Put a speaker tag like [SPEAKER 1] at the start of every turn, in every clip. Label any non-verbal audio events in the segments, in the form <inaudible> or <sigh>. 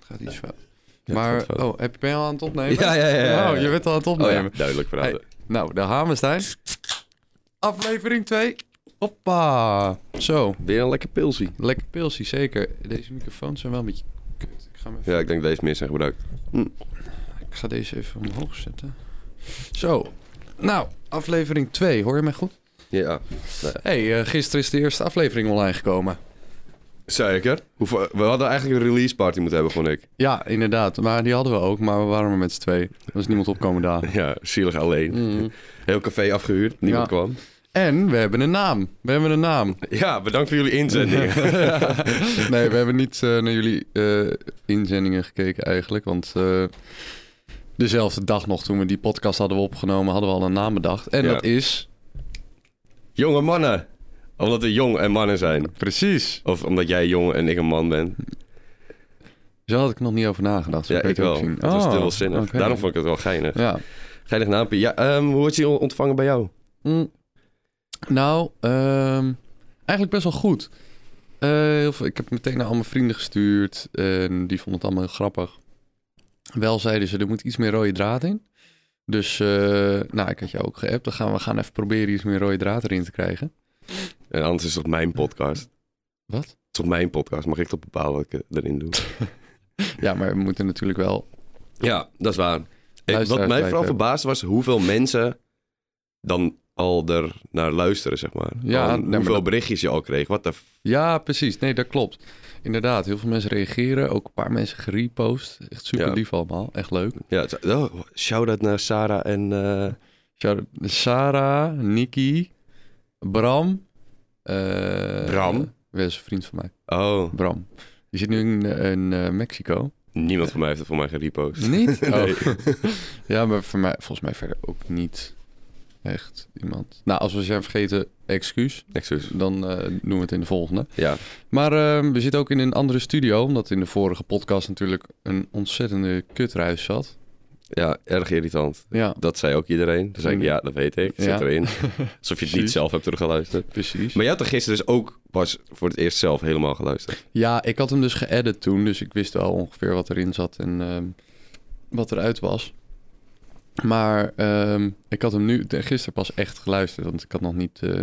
[SPEAKER 1] gaat iets fout.
[SPEAKER 2] Ja,
[SPEAKER 1] maar,
[SPEAKER 2] het gaat fout.
[SPEAKER 1] oh, heb, ben je al aan het opnemen?
[SPEAKER 2] Ja, ja, ja, ja,
[SPEAKER 1] Oh, je
[SPEAKER 2] ja.
[SPEAKER 1] bent al aan het
[SPEAKER 2] Oh
[SPEAKER 1] opnemen.
[SPEAKER 2] ja, duidelijk praten.
[SPEAKER 1] Hey, nou, daar gaan we, Stijn. Aflevering 2. Hoppa. Zo,
[SPEAKER 2] Weer een lekker pilsie.
[SPEAKER 1] lekker pilsie, zeker. Deze microfoons zijn wel een beetje kut. Ik ga, hem even-
[SPEAKER 2] Ja, ik denk deze meer zijn gebruikt.
[SPEAKER 1] ik ga deze even omhoog zetten. Zo, nou, aflevering 2. Hoor je mij goed?
[SPEAKER 2] Ja.
[SPEAKER 1] hey, eh, gisteren is de eerste aflevering online gekomen.
[SPEAKER 2] Zeker. Hoeveel- we hadden eigenlijk een release party moeten hebben, vond ik.
[SPEAKER 1] Ja, inderdaad. Maar die hadden we ook, maar we waren maar met z'n twee. Er was niemand opkomen daar.
[SPEAKER 2] Ja, zielig alleen. Mhm. Heel café afgehuurd, niemand
[SPEAKER 1] Ja.
[SPEAKER 2] kwam.
[SPEAKER 1] En we hebben een naam. We hebben een naam.
[SPEAKER 2] Ja, bedankt voor jullie inzendingen.
[SPEAKER 1] Nee, we hebben niet eh, naar jullie eh, inzendingen gekeken eigenlijk. Want eh, dezelfde dag nog toen we die podcast hadden opgenomen, hadden we al een naam bedacht. En
[SPEAKER 2] Ja.
[SPEAKER 1] dat is...
[SPEAKER 2] <laughs> jonge mannen. Omdat we jong en mannen zijn.
[SPEAKER 1] Precies.
[SPEAKER 2] Of omdat jij jong en ik een man ben.
[SPEAKER 1] Zo had ik nog niet over nagedacht. Zo
[SPEAKER 2] Ja,
[SPEAKER 1] kan
[SPEAKER 2] ik
[SPEAKER 1] je het
[SPEAKER 2] wel.
[SPEAKER 1] ook zien.
[SPEAKER 2] Het was
[SPEAKER 1] Oh,
[SPEAKER 2] dubbelzinnig.
[SPEAKER 1] oké.
[SPEAKER 2] Daarom vond ik het wel geinig.
[SPEAKER 1] Ja.
[SPEAKER 2] Geinig naampje. Ja, ehm, hoe wordt je ontvangen bij jou?
[SPEAKER 1] Mm. Nou, ehm, eigenlijk best wel goed. Eh, heel veel- ik heb het meteen naar al mijn vrienden gestuurd. En die vonden het allemaal heel grappig. Wel zeiden ze, er moet iets meer rode draad in. Dus, eh, nou, ik had jou ook geappt. Dan gaan we gaan even proberen iets meer rode draad erin te krijgen.
[SPEAKER 2] En anders is het toch mijn podcast.
[SPEAKER 1] Wat?
[SPEAKER 2] Het is toch mijn podcast. Mag ik toch bepalen wat ik eh, erin doe?
[SPEAKER 1] Ja, maar we moeten natuurlijk wel...
[SPEAKER 2] Ja, dat is waar. Ik, wat
[SPEAKER 1] Luisteraars
[SPEAKER 2] mij
[SPEAKER 1] blijven.
[SPEAKER 2] vooral verbaasde was hoeveel mensen dan al er naar luisteren, zeg maar.
[SPEAKER 1] Ja,
[SPEAKER 2] Al
[SPEAKER 1] nee, maar
[SPEAKER 2] hoeveel
[SPEAKER 1] dat-
[SPEAKER 2] berichtjes je al kreeg. Wat de... f-
[SPEAKER 1] Ja, precies. Nee, dat klopt. Inderdaad, heel veel mensen reageren. Ook een paar mensen gerepost. Echt super
[SPEAKER 2] Ja.
[SPEAKER 1] lief allemaal. Echt leuk.
[SPEAKER 2] Ja, het is- oh, shout-out naar Sarah en... eh,
[SPEAKER 1] Shout-out naar Sarah, Nikki, Bram. eh,
[SPEAKER 2] Bram?
[SPEAKER 1] eh, Dat is een vriend van mij.
[SPEAKER 2] Oh,
[SPEAKER 1] Bram. Die zit nu in, in, eh, Mexico.
[SPEAKER 2] niemand van mij heeft het voor mij gerepost.
[SPEAKER 1] Niet?
[SPEAKER 2] <laughs> Nee.
[SPEAKER 1] Oh. ja, maar voor mij, volgens mij verder ook niet echt iemand. Nou, als we zijn vergeten, excuus.
[SPEAKER 2] Excuus.
[SPEAKER 1] Dan eh, doen we het in de volgende.
[SPEAKER 2] dus. Ja,
[SPEAKER 1] Maar eh, we zitten ook in een andere studio. Omdat in de vorige podcast natuurlijk een ontzettende kutruis zat.
[SPEAKER 2] ja, erg irritant.
[SPEAKER 1] Ja,
[SPEAKER 2] Dat zei ook iedereen. Toen zei ik, ja, dat weet ik. Zit
[SPEAKER 1] Mm. Ja. <laughs>
[SPEAKER 2] erin. Alsof je het niet
[SPEAKER 1] Precies.
[SPEAKER 2] zelf hebt teruggeluisterd.
[SPEAKER 1] precies.
[SPEAKER 2] Maar jij had er gisteren dus ook pas voor het eerst zelf helemaal geluisterd.
[SPEAKER 1] Ja, ik had hem dus geëdit toen, dus ik wist wel ongeveer wat erin zat en ehm, wat eruit was. Maar ehm, ik had hem nu, de- gisteren pas echt geluisterd, want ik had nog niet, eh,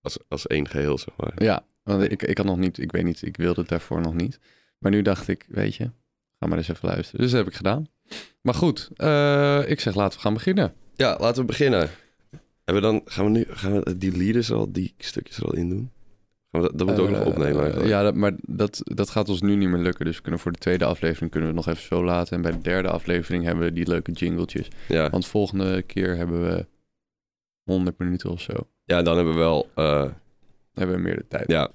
[SPEAKER 2] Als, als één geheel, zeg maar.
[SPEAKER 1] ja, want ik, ik had nog niet, ik weet niet, ik wilde het daarvoor nog niet. Maar nu dacht ik, weet je, ga maar eens even luisteren. Dus dat heb ik gedaan. Maar goed, eh, ik zeg laten we gaan beginnen.
[SPEAKER 2] Ja, laten we beginnen. Hebben we dan, gaan we nu gaan we die lieders er al, die stukjes er al in doen? Gaan we dat, dat moeten we ook nog
[SPEAKER 1] Eh,
[SPEAKER 2] opnemen eigenlijk.
[SPEAKER 1] ja, dat, maar dat, dat gaat ons nu niet meer lukken, dus we kunnen voor de tweede aflevering kunnen we het nog even zo laten. En bij de derde aflevering hebben we die leuke jingletjes.
[SPEAKER 2] ja.
[SPEAKER 1] Want volgende keer hebben we 100 minuten of zo. Dan
[SPEAKER 2] Ja, dan hebben we wel... eh,
[SPEAKER 1] hebben we meer de tijd.
[SPEAKER 2] ja.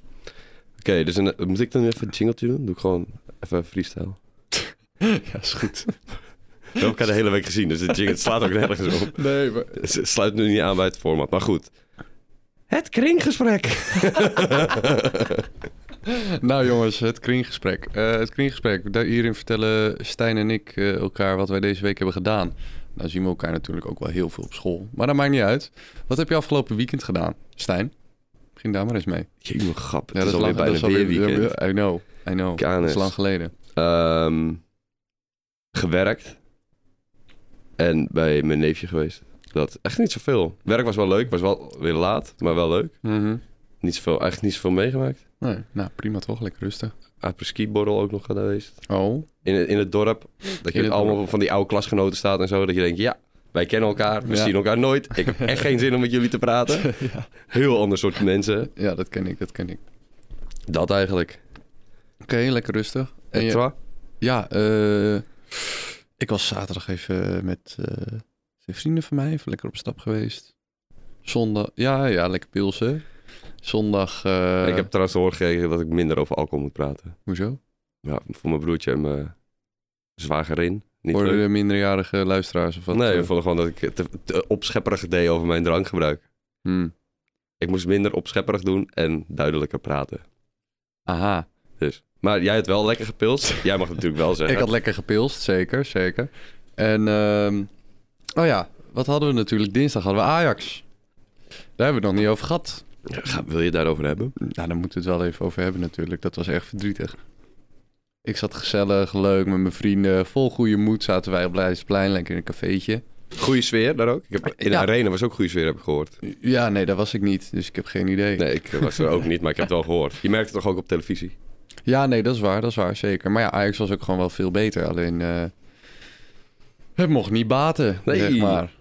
[SPEAKER 2] Oké, dus een, moet ik dan even een jingletje doen? Doe ik gewoon even freestyle.
[SPEAKER 1] ja, is goed.
[SPEAKER 2] We hebben elkaar de hele week gezien, dus de jingle het slaat ook nergens op.
[SPEAKER 1] Nee, maar...
[SPEAKER 2] <laughs> Het sluit nu niet aan bij het format, maar goed. Het kringgesprek.
[SPEAKER 1] Nou jongens, het kringgesprek. Eh, het kringgesprek. Daar- Hierin vertellen Stijn en ik eh, elkaar wat wij deze week hebben gedaan. Nou zien we elkaar natuurlijk ook wel heel veel op school. Maar dat maakt niet uit. Wat heb je afgelopen weekend gedaan, Stijn? Begin daar maar eens mee.
[SPEAKER 2] Jeetje, mijn grap.
[SPEAKER 1] Ja,
[SPEAKER 2] het is
[SPEAKER 1] lang-
[SPEAKER 2] alweer bijna
[SPEAKER 1] alweer-
[SPEAKER 2] weer weekend.
[SPEAKER 1] I know, I know. Dat
[SPEAKER 2] Kanus.
[SPEAKER 1] is lang geleden.
[SPEAKER 2] Ehm, gewerkt. En bij mijn neefje geweest. Dat echt niet zoveel. Werk was wel leuk, was wel weer laat, maar wel leuk.
[SPEAKER 1] Mhm.
[SPEAKER 2] Niet zoveel, eigenlijk niet zoveel meegemaakt.
[SPEAKER 1] nee, nou, prima toch. Lekker rustig.
[SPEAKER 2] Apres-ski borrel ook nog geweest.
[SPEAKER 1] Oh,
[SPEAKER 2] In, het- in het dorp. Dat je
[SPEAKER 1] het
[SPEAKER 2] allemaal
[SPEAKER 1] dorp.
[SPEAKER 2] van die oude klasgenoten staat en zo. Dat je denkt, ja, wij kennen elkaar. We
[SPEAKER 1] Ja.
[SPEAKER 2] zien elkaar nooit. Ik heb echt geen zin om met jullie te
[SPEAKER 1] <laughs>
[SPEAKER 2] praten. Heel ander soort mensen.
[SPEAKER 1] ja, dat ken ik, dat ken ik.
[SPEAKER 2] Dat eigenlijk.
[SPEAKER 1] Oké, lekker rustig. En
[SPEAKER 2] En
[SPEAKER 1] je-
[SPEAKER 2] toi?
[SPEAKER 1] Ja, eh, ik was zaterdag even met eh, twee vrienden van mij, even lekker op stap geweest. Zondag, ja, ja, lekker pilsen. Zondag, eh,
[SPEAKER 2] ik heb trouwens te horen gekregen dat ik minder over alcohol moet praten.
[SPEAKER 1] hoezo?
[SPEAKER 2] Ja, voor mijn broertje en mijn zwagerin. Niet
[SPEAKER 1] Voor
[SPEAKER 2] leuk.
[SPEAKER 1] de minderjarige luisteraars of wat?
[SPEAKER 2] nee,
[SPEAKER 1] eh,
[SPEAKER 2] we vonden gewoon dat ik te, te opschepperig deed over mijn drankgebruik.
[SPEAKER 1] hmm.
[SPEAKER 2] Ik moest minder opschepperig doen en duidelijker praten.
[SPEAKER 1] Aha,
[SPEAKER 2] Dus. Maar jij hebt wel lekker gepilst. Jij mag het natuurlijk
[SPEAKER 1] <laughs>
[SPEAKER 2] wel zeggen.
[SPEAKER 1] ik had lekker gepilst, zeker, zeker. En, ehm, oh ja, wat hadden we natuurlijk? Dinsdag hadden we Ajax. Daar hebben we het nog niet over gehad.
[SPEAKER 2] Ga- wil je het daarover hebben?
[SPEAKER 1] Nou, daar moeten we het wel even over hebben natuurlijk. Dat was echt verdrietig. Ik zat gezellig, leuk met mijn vrienden. Vol goede moed zaten wij op Leidseplein, lekker in een cafeetje.
[SPEAKER 2] Goede sfeer daar ook. Ik heb,
[SPEAKER 1] Ja.
[SPEAKER 2] in de arena was ook goede sfeer, heb ik gehoord.
[SPEAKER 1] Ja, nee, daar was ik niet, dus ik heb geen idee.
[SPEAKER 2] Nee, ik was er ook niet, maar ik heb het wel gehoord. Je merkt het toch ook op televisie?
[SPEAKER 1] Ja, nee, dat is waar, dat is waar, zeker. Maar ja, Ajax was ook gewoon wel veel beter. Alleen, eh, het mocht niet baten,
[SPEAKER 2] Nee.
[SPEAKER 1] zeg maar.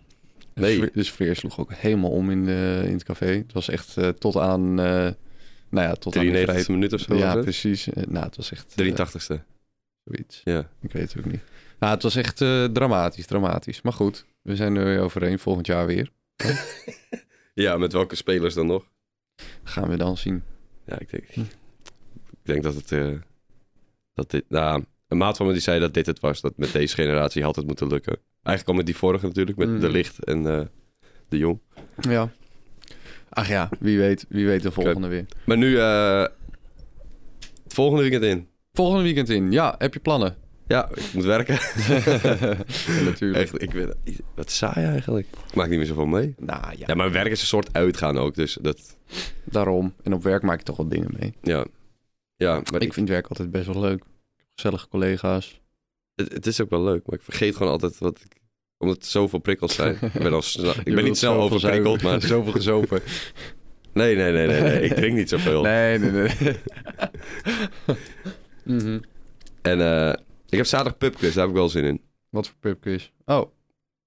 [SPEAKER 2] Nee.
[SPEAKER 1] Dus, dus Veer sloeg ook helemaal om in, de, in het café. Het was echt eh, tot aan, eh, nou ja, tot aan de
[SPEAKER 2] 93
[SPEAKER 1] vrij...
[SPEAKER 2] minuut of zo. was
[SPEAKER 1] Ja,
[SPEAKER 2] het?
[SPEAKER 1] precies. Eh, nou, het was echt... eh,
[SPEAKER 2] 83ste.
[SPEAKER 1] zoiets.
[SPEAKER 2] Ja.
[SPEAKER 1] Ik weet het ook niet. Nou, het was echt eh, dramatisch, dramatisch. Maar goed, we zijn er weer overheen. Volgend jaar weer.
[SPEAKER 2] ja, met welke spelers dan nog?
[SPEAKER 1] Gaan we dan zien.
[SPEAKER 2] Ja, ik denk,
[SPEAKER 1] Hm.
[SPEAKER 2] ik denk dat het. eh, dat dit, nou, een maat van me die zei dat dit het was. Dat met deze generatie had het moeten lukken. Eigenlijk al met die vorige natuurlijk, met
[SPEAKER 1] Mm.
[SPEAKER 2] De Licht en eh, De Jong.
[SPEAKER 1] Ja. Ach ja, wie weet, wie weet de volgende weer.
[SPEAKER 2] Maar nu, eh, het volgende weekend in.
[SPEAKER 1] Volgende weekend in. Ja, heb je plannen?
[SPEAKER 2] Ja, ik moet werken.
[SPEAKER 1] Ja, <laughs> natuurlijk.
[SPEAKER 2] Echt, ik ben, wat saai eigenlijk. Ik maak niet meer zoveel mee.
[SPEAKER 1] Nou ja,
[SPEAKER 2] Ja, maar werk is een soort uitgaan ook. Dus dat,
[SPEAKER 1] daarom. En op werk maak ik toch wat dingen mee.
[SPEAKER 2] ja. Ja, maar
[SPEAKER 1] Maar
[SPEAKER 2] ik,
[SPEAKER 1] ik vind werk altijd best wel leuk. Gezellige collega's.
[SPEAKER 2] het, het is ook wel leuk. Maar ik vergeet gewoon altijd wat ik... Omdat er zoveel prikkels zijn.
[SPEAKER 1] <laughs>
[SPEAKER 2] Ik ben, al snel- ik ben niet snel overprikkeld, maar...
[SPEAKER 1] Zoveel gezopen.
[SPEAKER 2] <laughs> Nee, nee, nee, nee, nee. Ik drink niet zoveel.
[SPEAKER 1] Nee, nee, nee. Mhm.
[SPEAKER 2] En eh, ik heb zaterdag pubquiz, daar heb ik wel zin
[SPEAKER 1] <laughs>
[SPEAKER 2] in.
[SPEAKER 1] Wat voor pubquiz? Oh,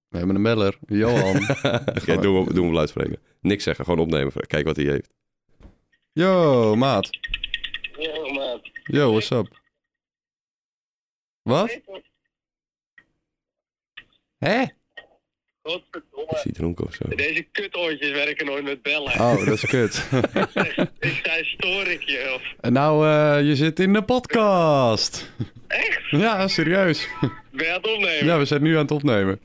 [SPEAKER 1] we hebben een beller. Johan.
[SPEAKER 2] <laughs> Oké, doen we, doen we luid spreken. Niks zeggen, gewoon opnemen. Kijk wat hij heeft.
[SPEAKER 1] Yo, maat.
[SPEAKER 3] Yo, maat.
[SPEAKER 1] Yo, what's up? Wat? Hé?
[SPEAKER 2] Is
[SPEAKER 3] Godverdomme.
[SPEAKER 2] hij dronken of zo?
[SPEAKER 3] Deze kutoortjes werken nooit met bellen.
[SPEAKER 1] Oh, dat is <laughs> kut.
[SPEAKER 3] Ik zei, stoor ik je? Of...
[SPEAKER 1] En nou, eh, je zit in de podcast.
[SPEAKER 3] Echt?
[SPEAKER 1] Ja, serieus.
[SPEAKER 3] Ben je aan het opnemen?
[SPEAKER 1] Ja, we zijn nu aan het opnemen.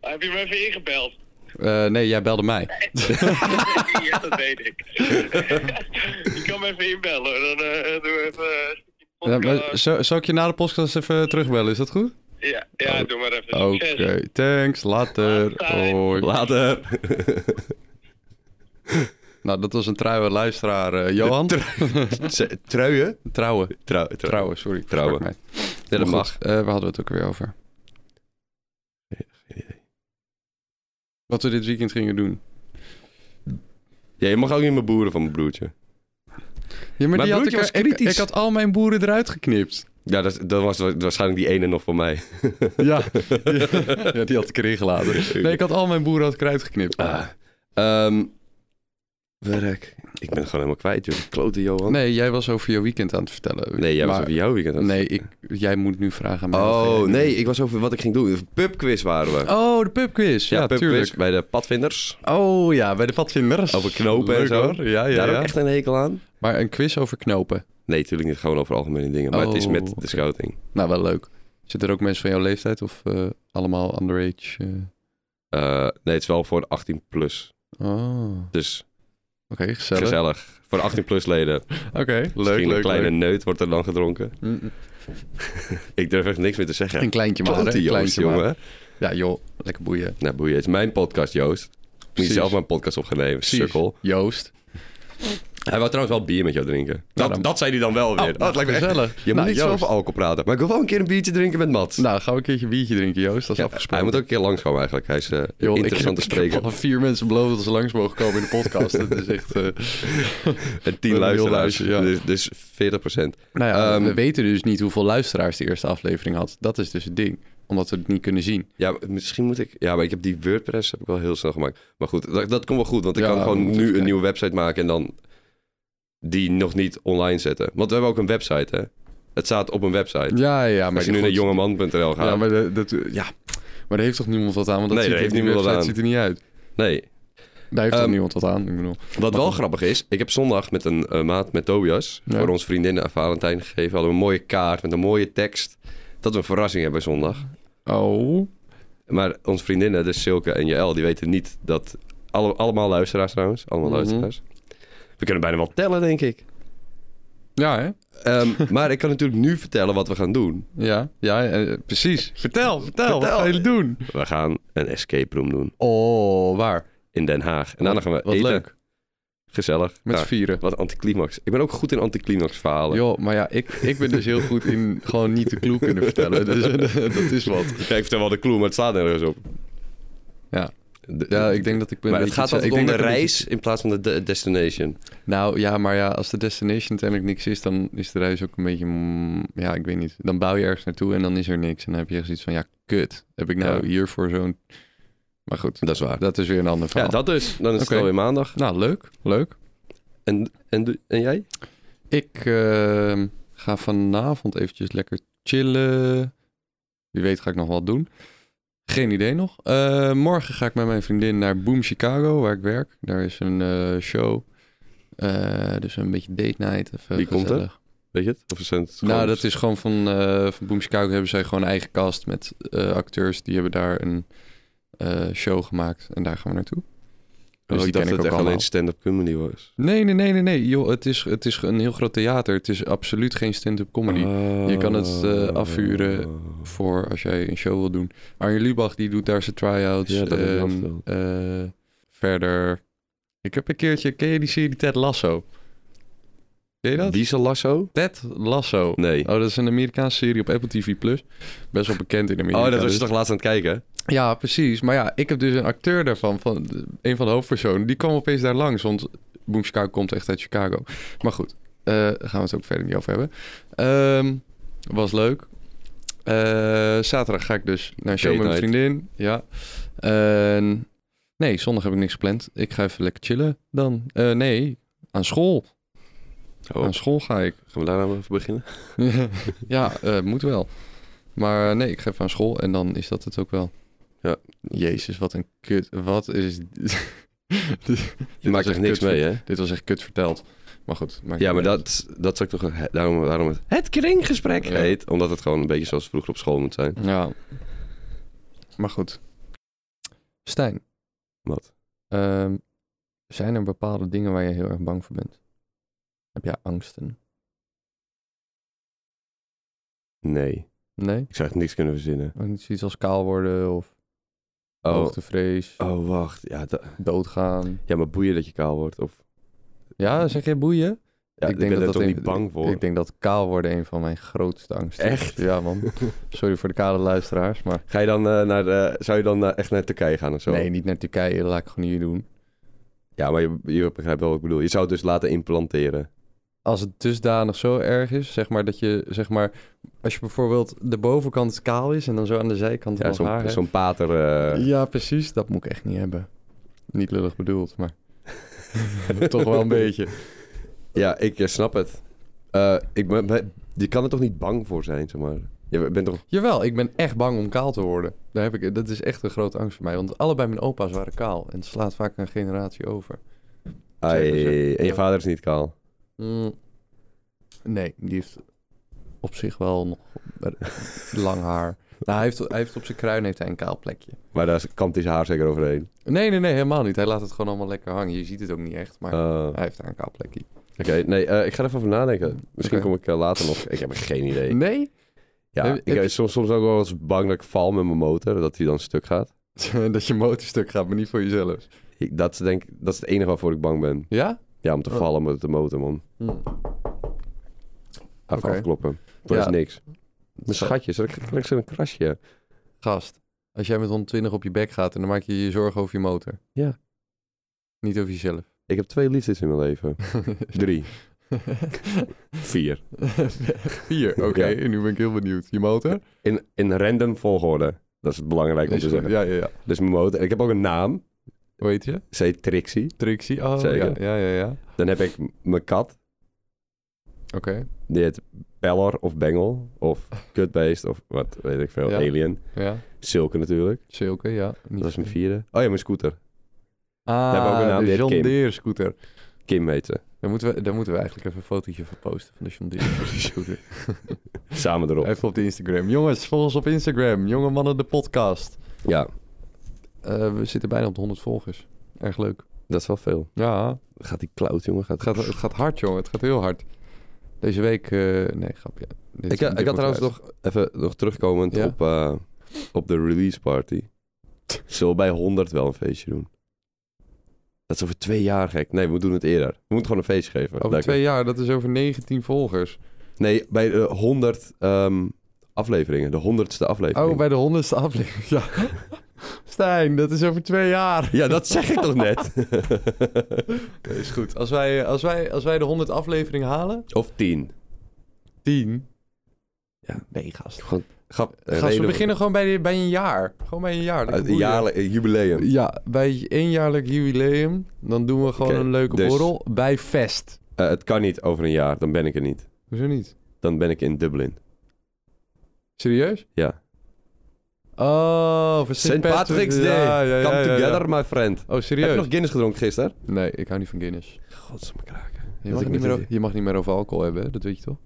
[SPEAKER 3] Heb je me even
[SPEAKER 1] <laughs>
[SPEAKER 3] ingebeld?
[SPEAKER 1] Eh, nee, jij belde mij.
[SPEAKER 3] ja, dat weet ik. <laughs> je kan me even inbellen. hoor. Dan eh, doen we even... een stukje
[SPEAKER 1] Ja, Eh, maar
[SPEAKER 3] podcast.
[SPEAKER 1] zo- zal ik je na de podcast even terugbellen, is dat goed?
[SPEAKER 3] Ja, ja, doe maar even.
[SPEAKER 1] Oh, Oké,
[SPEAKER 3] Succes.
[SPEAKER 1] thanks. Later.
[SPEAKER 3] Later.
[SPEAKER 1] Hoi. <laughs>
[SPEAKER 2] Later.
[SPEAKER 1] Nou, dat was een trouwe luisteraar. eh, Johan?
[SPEAKER 2] Z- Truien?
[SPEAKER 1] Trouwen.
[SPEAKER 2] Trou- trou-
[SPEAKER 1] Trouwen, sorry.
[SPEAKER 2] Trouwen.
[SPEAKER 1] Sprak mij.
[SPEAKER 2] Ja, dat
[SPEAKER 1] Maar
[SPEAKER 2] mag.
[SPEAKER 1] goed, eh, waar hadden we het ook weer over? Wat we dit weekend gingen doen.
[SPEAKER 2] Ja, je mag ook niet meer boeren van mijn broertje.
[SPEAKER 1] Ja, maar die
[SPEAKER 2] Mijn
[SPEAKER 1] had ik,
[SPEAKER 2] broertje was
[SPEAKER 1] ik- Ik,
[SPEAKER 2] kritisch.
[SPEAKER 1] had al mijn boeren eruit
[SPEAKER 2] <laughs>
[SPEAKER 1] geknipt.
[SPEAKER 2] Ja, dat, dat was wa- waarschijnlijk die ene nog van mij.
[SPEAKER 1] Ja, <laughs> ja die had ik erin gelaten.
[SPEAKER 2] <laughs>
[SPEAKER 1] Nee, ik had al mijn boeren had ik eruit geknipt.
[SPEAKER 2] Ah. Ehm, werk. Ik ben het gewoon helemaal kwijt, joh. Klote Johan.
[SPEAKER 1] Nee, jij was over je weekend aan het vertellen.
[SPEAKER 2] Nee, jij was
[SPEAKER 1] Maar-
[SPEAKER 2] over jouw weekend. aan het-
[SPEAKER 1] Nee, ik, jij moet nu vragen aan mij.
[SPEAKER 2] Oh, nee, ik was over wat ik ging doen. Pubquiz waren we.
[SPEAKER 1] Oh, de pubquiz. Ja,
[SPEAKER 2] ja, pubquiz
[SPEAKER 1] tuurlijk.
[SPEAKER 2] bij de padvinders.
[SPEAKER 1] Oh ja, bij de padvinders.
[SPEAKER 2] Over knopen en
[SPEAKER 1] Leuk,
[SPEAKER 2] zo.
[SPEAKER 1] hoor. Ja, ja,
[SPEAKER 2] Daar heb
[SPEAKER 1] ja.
[SPEAKER 2] ik echt een hekel aan.
[SPEAKER 1] Maar een quiz over knopen.
[SPEAKER 2] Nee, natuurlijk niet. Gewoon over algemene dingen. Maar het is
[SPEAKER 1] Oh,
[SPEAKER 2] met
[SPEAKER 1] oké.
[SPEAKER 2] de scouting.
[SPEAKER 1] Nou, wel leuk. Zitten er ook mensen van jouw leeftijd of eh, allemaal underage? eh?
[SPEAKER 2] Eh, nee, het is wel voor 18 plus.
[SPEAKER 1] Oh, oké,
[SPEAKER 2] Dus
[SPEAKER 1] gezellig.
[SPEAKER 2] gezellig. Voor de 18 plus leden. <laughs>
[SPEAKER 1] Oké, leuk,
[SPEAKER 2] Misschien
[SPEAKER 1] leuk,
[SPEAKER 2] een kleine
[SPEAKER 1] leuk.
[SPEAKER 2] neut wordt er dan gedronken. <laughs>
[SPEAKER 1] Mm, mm.
[SPEAKER 2] Ik durf echt niks meer te zeggen.
[SPEAKER 1] Een kleintje maar, hè,
[SPEAKER 2] Klote
[SPEAKER 1] een
[SPEAKER 2] Joost,
[SPEAKER 1] kleintje maar.
[SPEAKER 2] jongen.
[SPEAKER 1] Ja, joh, lekker boeien.
[SPEAKER 2] Nou, boeien. Het is mijn podcast, Joost. Moet je
[SPEAKER 1] Precies.
[SPEAKER 2] zelf maar een podcast opgenomen,
[SPEAKER 1] Precies.
[SPEAKER 2] sukkel.
[SPEAKER 1] Joost.
[SPEAKER 2] Hij wou trouwens wel bier met jou drinken. Dat,
[SPEAKER 1] dan-
[SPEAKER 2] dat zei hij dan wel weer. Oh, het lijkt me echt-
[SPEAKER 1] gezellig.
[SPEAKER 2] Je moet
[SPEAKER 1] Nou,
[SPEAKER 2] niet zo
[SPEAKER 1] Joost.
[SPEAKER 2] over alcohol praten. Maar ik wil wel een keer een biertje drinken met Mats.
[SPEAKER 1] Nou, gaan we een keertje biertje drinken, Joost. Dat is
[SPEAKER 2] Ja,
[SPEAKER 1] afgesproken.
[SPEAKER 2] hij moet ook een keer langskomen eigenlijk. Hij is eh,
[SPEAKER 1] Joh, ik-
[SPEAKER 2] interessant te
[SPEAKER 1] ik heb
[SPEAKER 2] <laughs> spreken.
[SPEAKER 1] al vier mensen beloofd dat ze langs mogen komen in de podcast. dat is echt... eh,
[SPEAKER 2] <laughs> En
[SPEAKER 1] een
[SPEAKER 2] tien
[SPEAKER 1] heel
[SPEAKER 2] luisteraars.
[SPEAKER 1] lijstje, ja.
[SPEAKER 2] Dus, dus 40 procent.
[SPEAKER 1] Nou ja,
[SPEAKER 2] Ehm,
[SPEAKER 1] we weten dus niet hoeveel luisteraars de eerste aflevering had. Dat is dus het ding. Omdat we het niet kunnen zien.
[SPEAKER 2] Ja, misschien moet ik... Ja, maar ik heb die WordPress heb ik wel heel snel gemaakt. Maar goed, dat, dat komt wel goed. Want ik
[SPEAKER 1] Ja,
[SPEAKER 2] kan
[SPEAKER 1] we
[SPEAKER 2] gewoon
[SPEAKER 1] moeten
[SPEAKER 2] nu
[SPEAKER 1] even
[SPEAKER 2] een nieuwe website maken en dan die nog niet online zetten. Want we hebben ook een website, hè. Het staat op een website.
[SPEAKER 1] Ja, ja,
[SPEAKER 2] Als je nu naar jongeman.nl gaat.
[SPEAKER 1] Ja, maar de- dat, ja, maar daar heeft toch niemand wat aan? Want dat
[SPEAKER 2] Nee,
[SPEAKER 1] ziet
[SPEAKER 2] daar
[SPEAKER 1] er-
[SPEAKER 2] heeft
[SPEAKER 1] die
[SPEAKER 2] niemand wat
[SPEAKER 1] website ziet
[SPEAKER 2] aan.
[SPEAKER 1] er niet uit.
[SPEAKER 2] Nee.
[SPEAKER 1] Daar heeft
[SPEAKER 2] Ehm,
[SPEAKER 1] toch niemand wat aan? Ik bedoel.
[SPEAKER 2] Wat wel grappig is, ik heb zondag met een eh, maat, met Tobias,
[SPEAKER 1] Ja.
[SPEAKER 2] voor onze vriendinnen aan Valentijn gegeven. Hadden we een mooie kaart met een mooie tekst. Dat we een verrassing hebben zondag.
[SPEAKER 1] Oh.
[SPEAKER 2] Maar onze vriendinnen, dus Silke en Jael, die weten niet dat... Alle, allemaal luisteraars trouwens, allemaal
[SPEAKER 1] Mhm.
[SPEAKER 2] luisteraars. We kunnen bijna wel tellen, denk ik.
[SPEAKER 1] Ja, hè?
[SPEAKER 2] Ehm,
[SPEAKER 1] <laughs>
[SPEAKER 2] maar ik kan natuurlijk nu vertellen wat we gaan doen.
[SPEAKER 1] Ja, ja eh, precies. Vertel, vertel, Wat
[SPEAKER 2] Vertel.
[SPEAKER 1] gaan jullie doen?
[SPEAKER 2] We gaan een escape room doen
[SPEAKER 1] Oh, waar?
[SPEAKER 2] in Den Haag. En daarna Nou, gaan we
[SPEAKER 1] Wat
[SPEAKER 2] eten.
[SPEAKER 1] leuk.
[SPEAKER 2] Gezellig.
[SPEAKER 1] Met
[SPEAKER 2] Ja,
[SPEAKER 1] z'n vieren.
[SPEAKER 2] Wat anticlimax. Ik ben ook goed in anticlimax verhalen.
[SPEAKER 1] Joh, maar ja, ik, ik ben dus heel goed in gewoon niet de clue kunnen vertellen. Dus eh, <laughs> dat is wat.
[SPEAKER 2] Ja, ik vertel wel de clue, maar het staat nergens op.
[SPEAKER 1] Ja.
[SPEAKER 2] De-
[SPEAKER 1] Ja, ik denk dat ik ben
[SPEAKER 2] maar
[SPEAKER 1] een
[SPEAKER 2] het
[SPEAKER 1] beetje
[SPEAKER 2] gaat
[SPEAKER 1] hetzelfde-
[SPEAKER 2] altijd
[SPEAKER 1] ik
[SPEAKER 2] om
[SPEAKER 1] denk dat
[SPEAKER 2] de
[SPEAKER 1] ik een
[SPEAKER 2] reis in plaats van de de destination.
[SPEAKER 1] beetje- Nou ja, maar ja, als de destination uiteindelijk niks is, dan is de reis ook een beetje... mm, ja, ik weet niet. Dan bouw je ergens naartoe en dan is er niks. En dan heb je echt zoiets van, ja, kut. Heb ik nou
[SPEAKER 2] Ja.
[SPEAKER 1] hiervoor zo'n... Maar goed,
[SPEAKER 2] Dat is waar.
[SPEAKER 1] dat is weer een ander
[SPEAKER 2] Ja,
[SPEAKER 1] verhaal.
[SPEAKER 2] dat dus. Dan is het
[SPEAKER 1] Oké.
[SPEAKER 2] alweer maandag.
[SPEAKER 1] Nou, leuk. Leuk.
[SPEAKER 2] En, en, doe- en jij?
[SPEAKER 1] Ik ehm, ga vanavond eventjes lekker chillen. Wie weet ga ik nog wat doen. Geen idee nog. Eh, morgen ga ik met mijn vriendin naar Boom Chicago, waar ik werk. Daar is een eh, show. Eh, dus een beetje date night. Even
[SPEAKER 2] Wie komt er?
[SPEAKER 1] gezellig.
[SPEAKER 2] Weet je het? Of is het gewoon-
[SPEAKER 1] Nou, dat is gewoon van, eh, van Boom Chicago hebben zij gewoon een eigen cast met eh, acteurs. Die hebben daar een eh, show gemaakt en daar gaan we naartoe.
[SPEAKER 2] Oh,
[SPEAKER 1] Dus
[SPEAKER 2] ik
[SPEAKER 1] die ken
[SPEAKER 2] dacht dat
[SPEAKER 1] ik
[SPEAKER 2] het
[SPEAKER 1] ook
[SPEAKER 2] echt alleen
[SPEAKER 1] allemaal.
[SPEAKER 2] stand-up comedy was.
[SPEAKER 1] Nee, nee, nee, nee, nee. Joh, het, is, het is een heel groot theater. Het is absoluut geen stand-up comedy. Je kan het, eh,
[SPEAKER 2] Oh.
[SPEAKER 1] afhuren. voor als jij een show wil doen. Arjen Lubach die doet daar zijn try-outs.
[SPEAKER 2] Ja, dat heb je al
[SPEAKER 1] Ehm,
[SPEAKER 2] verteld.
[SPEAKER 1] eh, verder. Ik heb een keertje. Ken je die serie Ted Lasso? Ken je dat?
[SPEAKER 2] Diesel Lasso?
[SPEAKER 1] Ted Lasso.
[SPEAKER 2] Nee.
[SPEAKER 1] Oh, dat is een Amerikaanse serie op Apple TV Plus. Best wel bekend in Amerika.
[SPEAKER 2] Oh, dat was
[SPEAKER 1] dus.
[SPEAKER 2] je toch laatst aan het kijken?
[SPEAKER 1] Ja, precies. Maar ja, ik heb dus een acteur daarvan, van een van de hoofdpersonen, die kwam opeens daar langs, want Boom Chicago komt echt uit Chicago. Maar goed, eh, daar gaan we het ook verder niet over hebben. Ehm, was leuk. Eh, zaterdag ga ik dus naar een show
[SPEAKER 2] Date
[SPEAKER 1] met mijn vriendin. Ja. En- nee, zondag heb ik niks gepland. Ik ga even lekker chillen dan. Eh, nee, aan school.
[SPEAKER 2] Oh,
[SPEAKER 1] Aan school ga ik.
[SPEAKER 2] gaan we daar nou even beginnen?
[SPEAKER 1] <laughs> ja, eh, moet wel. Maar eh, nee, ik ga even aan school en dan is dat het ook wel.
[SPEAKER 2] Ja.
[SPEAKER 1] Jezus, wat een kut. Wat is...
[SPEAKER 2] Je maakt echt niks mee, hè?
[SPEAKER 1] <laughs> Dit was echt kut verteld. Maar goed. maakt
[SPEAKER 2] Ja, maar
[SPEAKER 1] niet uit.
[SPEAKER 2] dat, dat zou ik toch... he- Daarom, daarom het, het kringgesprek
[SPEAKER 1] Ja.
[SPEAKER 2] heet. Omdat het gewoon een beetje zoals vroeger op school moet zijn.
[SPEAKER 1] Ja. Maar goed. Stijn.
[SPEAKER 2] Wat?
[SPEAKER 1] ehm, zijn er bepaalde dingen waar je heel erg bang voor bent? Heb jij angsten?
[SPEAKER 2] Nee.
[SPEAKER 1] Nee?
[SPEAKER 2] Ik zou echt niks kunnen verzinnen.
[SPEAKER 1] Ook niet zoiets als kaal worden of
[SPEAKER 2] Oh,
[SPEAKER 1] hoogtevrees,
[SPEAKER 2] oh wacht. Ja, da-
[SPEAKER 1] doodgaan.
[SPEAKER 2] ja, maar boeien dat je kaal wordt. Of,
[SPEAKER 1] Ja, zeg je boeien?
[SPEAKER 2] ja,
[SPEAKER 1] denk
[SPEAKER 2] ik, ben
[SPEAKER 1] dat
[SPEAKER 2] er
[SPEAKER 1] dat
[SPEAKER 2] toch
[SPEAKER 1] een-
[SPEAKER 2] niet bang voor?
[SPEAKER 1] Ik denk dat kaal worden een van mijn grootste angsten is.
[SPEAKER 2] Echt?
[SPEAKER 1] Ja, man.
[SPEAKER 2] <laughs>
[SPEAKER 1] Sorry voor de kale luisteraars, maar...
[SPEAKER 2] Ga je dan eh, naar... eh, zou je dan eh, echt naar Turkije gaan of zo?
[SPEAKER 1] Nee, niet naar Turkije. Dat laat ik gewoon hier doen.
[SPEAKER 2] Ja, maar je, je begrijpt wel wat ik bedoel. Je zou het dus laten implanteren.
[SPEAKER 1] Als het dusdanig zo erg is, zeg maar dat je, zeg maar... Als je bijvoorbeeld de bovenkant kaal is en dan zo aan de zijkant
[SPEAKER 2] Ja,
[SPEAKER 1] wel haar
[SPEAKER 2] zo'n
[SPEAKER 1] hebt.
[SPEAKER 2] zo'n pater... <laughs> eh,
[SPEAKER 1] Ja, precies. Dat moet ik echt niet hebben. Niet lullig bedoeld, <laughs> maar... Toch wel een beetje.
[SPEAKER 2] Ja, ik eh, snap het. Eh, ik ben, ben- je kan er toch niet bang voor zijn, zeg maar. Je bent toch...
[SPEAKER 1] Jawel, ik ben echt bang om kaal te worden. Daar heb ik, dat is echt een grote angst voor mij. Want allebei mijn opa's waren kaal. En het slaat vaak een generatie over.
[SPEAKER 2] Ai,
[SPEAKER 1] Zeker, zeker.
[SPEAKER 2] en je vader is niet kaal.
[SPEAKER 1] Mm. Nee, die heeft op zich wel nog lang haar. Nou, hij heeft, hij heeft op zijn kruin heeft hij een kaal plekje.
[SPEAKER 2] Maar daar kampt hij zijn haar zeker overheen.
[SPEAKER 1] Nee, nee, nee, helemaal niet. Hij laat het gewoon allemaal lekker hangen. Je ziet het ook niet echt, maar
[SPEAKER 2] Eh, Oké,
[SPEAKER 1] hij heeft daar een kaal plekje.
[SPEAKER 2] nee, eh, ik ga er even over nadenken. Misschien
[SPEAKER 1] Oké.
[SPEAKER 2] kom ik eh, later nog... Ik heb geen idee.
[SPEAKER 1] Nee? <laughs>
[SPEAKER 2] Ja,
[SPEAKER 1] Heb-
[SPEAKER 2] ik
[SPEAKER 1] heb
[SPEAKER 2] ben
[SPEAKER 1] je-
[SPEAKER 2] soms, soms ook wel eens bang dat ik val met mijn motor, dat hij dan stuk gaat.
[SPEAKER 1] dat je motorstuk gaat, maar niet voor jezelf.
[SPEAKER 2] Ik, dat, is denk, dat is het enige waarvoor ik bang ben.
[SPEAKER 1] Ja?
[SPEAKER 2] Ja, om te
[SPEAKER 1] Oh.
[SPEAKER 2] vallen met de motor, man. Even
[SPEAKER 1] Oké.
[SPEAKER 2] afkloppen. Dat
[SPEAKER 1] Ja.
[SPEAKER 2] is niks. Mijn schatje, zal ik straks een krasje?
[SPEAKER 1] Gast, als jij met 120 op je bek gaat en dan maak je je zorgen over je motor.
[SPEAKER 2] Ja.
[SPEAKER 1] Niet over jezelf.
[SPEAKER 2] Ik heb twee liefdes in mijn leven. <laughs> Drie. Vier.
[SPEAKER 1] <laughs> Vier, oké.
[SPEAKER 2] Ja.
[SPEAKER 1] Nu ben ik heel benieuwd. Je motor?
[SPEAKER 2] In, in random volgorde. Dat is het belangrijk om te zeggen.
[SPEAKER 1] ja, ja, ja.
[SPEAKER 2] Dus mijn motor. En ik heb ook een naam.
[SPEAKER 1] Hoe heet je?
[SPEAKER 2] Ze heet Trixie.
[SPEAKER 1] Trixie? Oh,
[SPEAKER 2] Zeker.
[SPEAKER 1] ja, ja, ja. ja.
[SPEAKER 2] Dan heb ik m- mijn kat.
[SPEAKER 1] Oké.
[SPEAKER 2] Die heet Peller of Bengel. Of Kutbeest. Of wat weet ik veel.
[SPEAKER 1] Ja.
[SPEAKER 2] Alien.
[SPEAKER 1] Ja.
[SPEAKER 2] Silke natuurlijk.
[SPEAKER 1] Silke, ja. Niet
[SPEAKER 2] Dat is mijn
[SPEAKER 1] vergeten.
[SPEAKER 2] vierde. Oh ja, mijn scooter.
[SPEAKER 1] Ah,
[SPEAKER 2] hebben we ook een naam, die
[SPEAKER 1] de
[SPEAKER 2] heet
[SPEAKER 1] John
[SPEAKER 2] Kim.
[SPEAKER 1] Deere scooter.
[SPEAKER 2] Kim heet ze.
[SPEAKER 1] Daar moeten, we, daar moeten we eigenlijk even een fotootje van posten van de John Deere
[SPEAKER 2] <laughs>
[SPEAKER 1] scooter.
[SPEAKER 2] Samen erop.
[SPEAKER 1] Even op de Instagram. Jongens, volg ons op Instagram. Jonge mannen, de podcast.
[SPEAKER 2] Ja,
[SPEAKER 1] Eh, we zitten bijna op de 100 volgers. Erg leuk.
[SPEAKER 2] dat is wel veel.
[SPEAKER 1] Ja,
[SPEAKER 2] Gaat die cloud, jongen. Gaat...
[SPEAKER 1] het gaat, het gaat hard, jongen. Het gaat heel hard. Deze week... eh, nee, grapje. Dit-
[SPEAKER 2] Ik,
[SPEAKER 1] dit
[SPEAKER 2] ik had
[SPEAKER 1] moet uit.
[SPEAKER 2] trouwens nog even nog terugkomend
[SPEAKER 1] Ja.
[SPEAKER 2] op, eh, op de release party. Zullen we bij 100 wel een feestje doen? Dat is over twee jaar gek. Nee, we doen het eerder. We moeten gewoon een feestje geven.
[SPEAKER 1] Over
[SPEAKER 2] Lijkt me.
[SPEAKER 1] twee jaar, dat is over 19 volgers.
[SPEAKER 2] Nee, bij de 100 ehm, afleveringen. De honderdste aflevering.
[SPEAKER 1] Oh, bij de honderdste aflevering. <laughs> Ja. Stijn, dat is over twee jaar.
[SPEAKER 2] Ja, dat zeg ik toch
[SPEAKER 1] <laughs>
[SPEAKER 2] net?
[SPEAKER 1] Dat is goed. Als wij, als wij, als wij de 100 aflevering halen,
[SPEAKER 2] of tien.
[SPEAKER 1] 10.
[SPEAKER 2] Ja.
[SPEAKER 1] nee, gast.
[SPEAKER 2] Gewoon, grap.
[SPEAKER 1] Gast, we beginnen gewoon bij, de- bij een jaar. Gewoon bij een jaar. dat kan
[SPEAKER 2] Een
[SPEAKER 1] boeien.
[SPEAKER 2] jaarlijk eh, jubileum.
[SPEAKER 1] Ja, bij eenjaarlijk jubileum, dan doen we gewoon
[SPEAKER 2] Oké,
[SPEAKER 1] een leuke
[SPEAKER 2] dus-
[SPEAKER 1] borrel bij Fest.
[SPEAKER 2] Eh, het kan niet over een jaar, dan ben ik er niet.
[SPEAKER 1] Hoezo niet?
[SPEAKER 2] Dan ben ik in Dublin.
[SPEAKER 1] Serieus?
[SPEAKER 2] Ja.
[SPEAKER 1] Oh, voor
[SPEAKER 2] St. Patrick's Day.
[SPEAKER 1] Ja, ja, ja,
[SPEAKER 2] Come
[SPEAKER 1] ja, ja.
[SPEAKER 2] together, my friend.
[SPEAKER 1] Oh,
[SPEAKER 2] Heb je
[SPEAKER 1] serieus?
[SPEAKER 2] nog Guinness gedronken gisteren?
[SPEAKER 1] Nee, ik hou niet van Guinness.
[SPEAKER 2] Godsamme kraken.
[SPEAKER 1] Je
[SPEAKER 2] Dat
[SPEAKER 1] mag,
[SPEAKER 2] ik
[SPEAKER 1] niet
[SPEAKER 2] met
[SPEAKER 1] meer,
[SPEAKER 2] dit-
[SPEAKER 1] o- je mag niet meer over alcohol hebben, hè? dat weet je toch?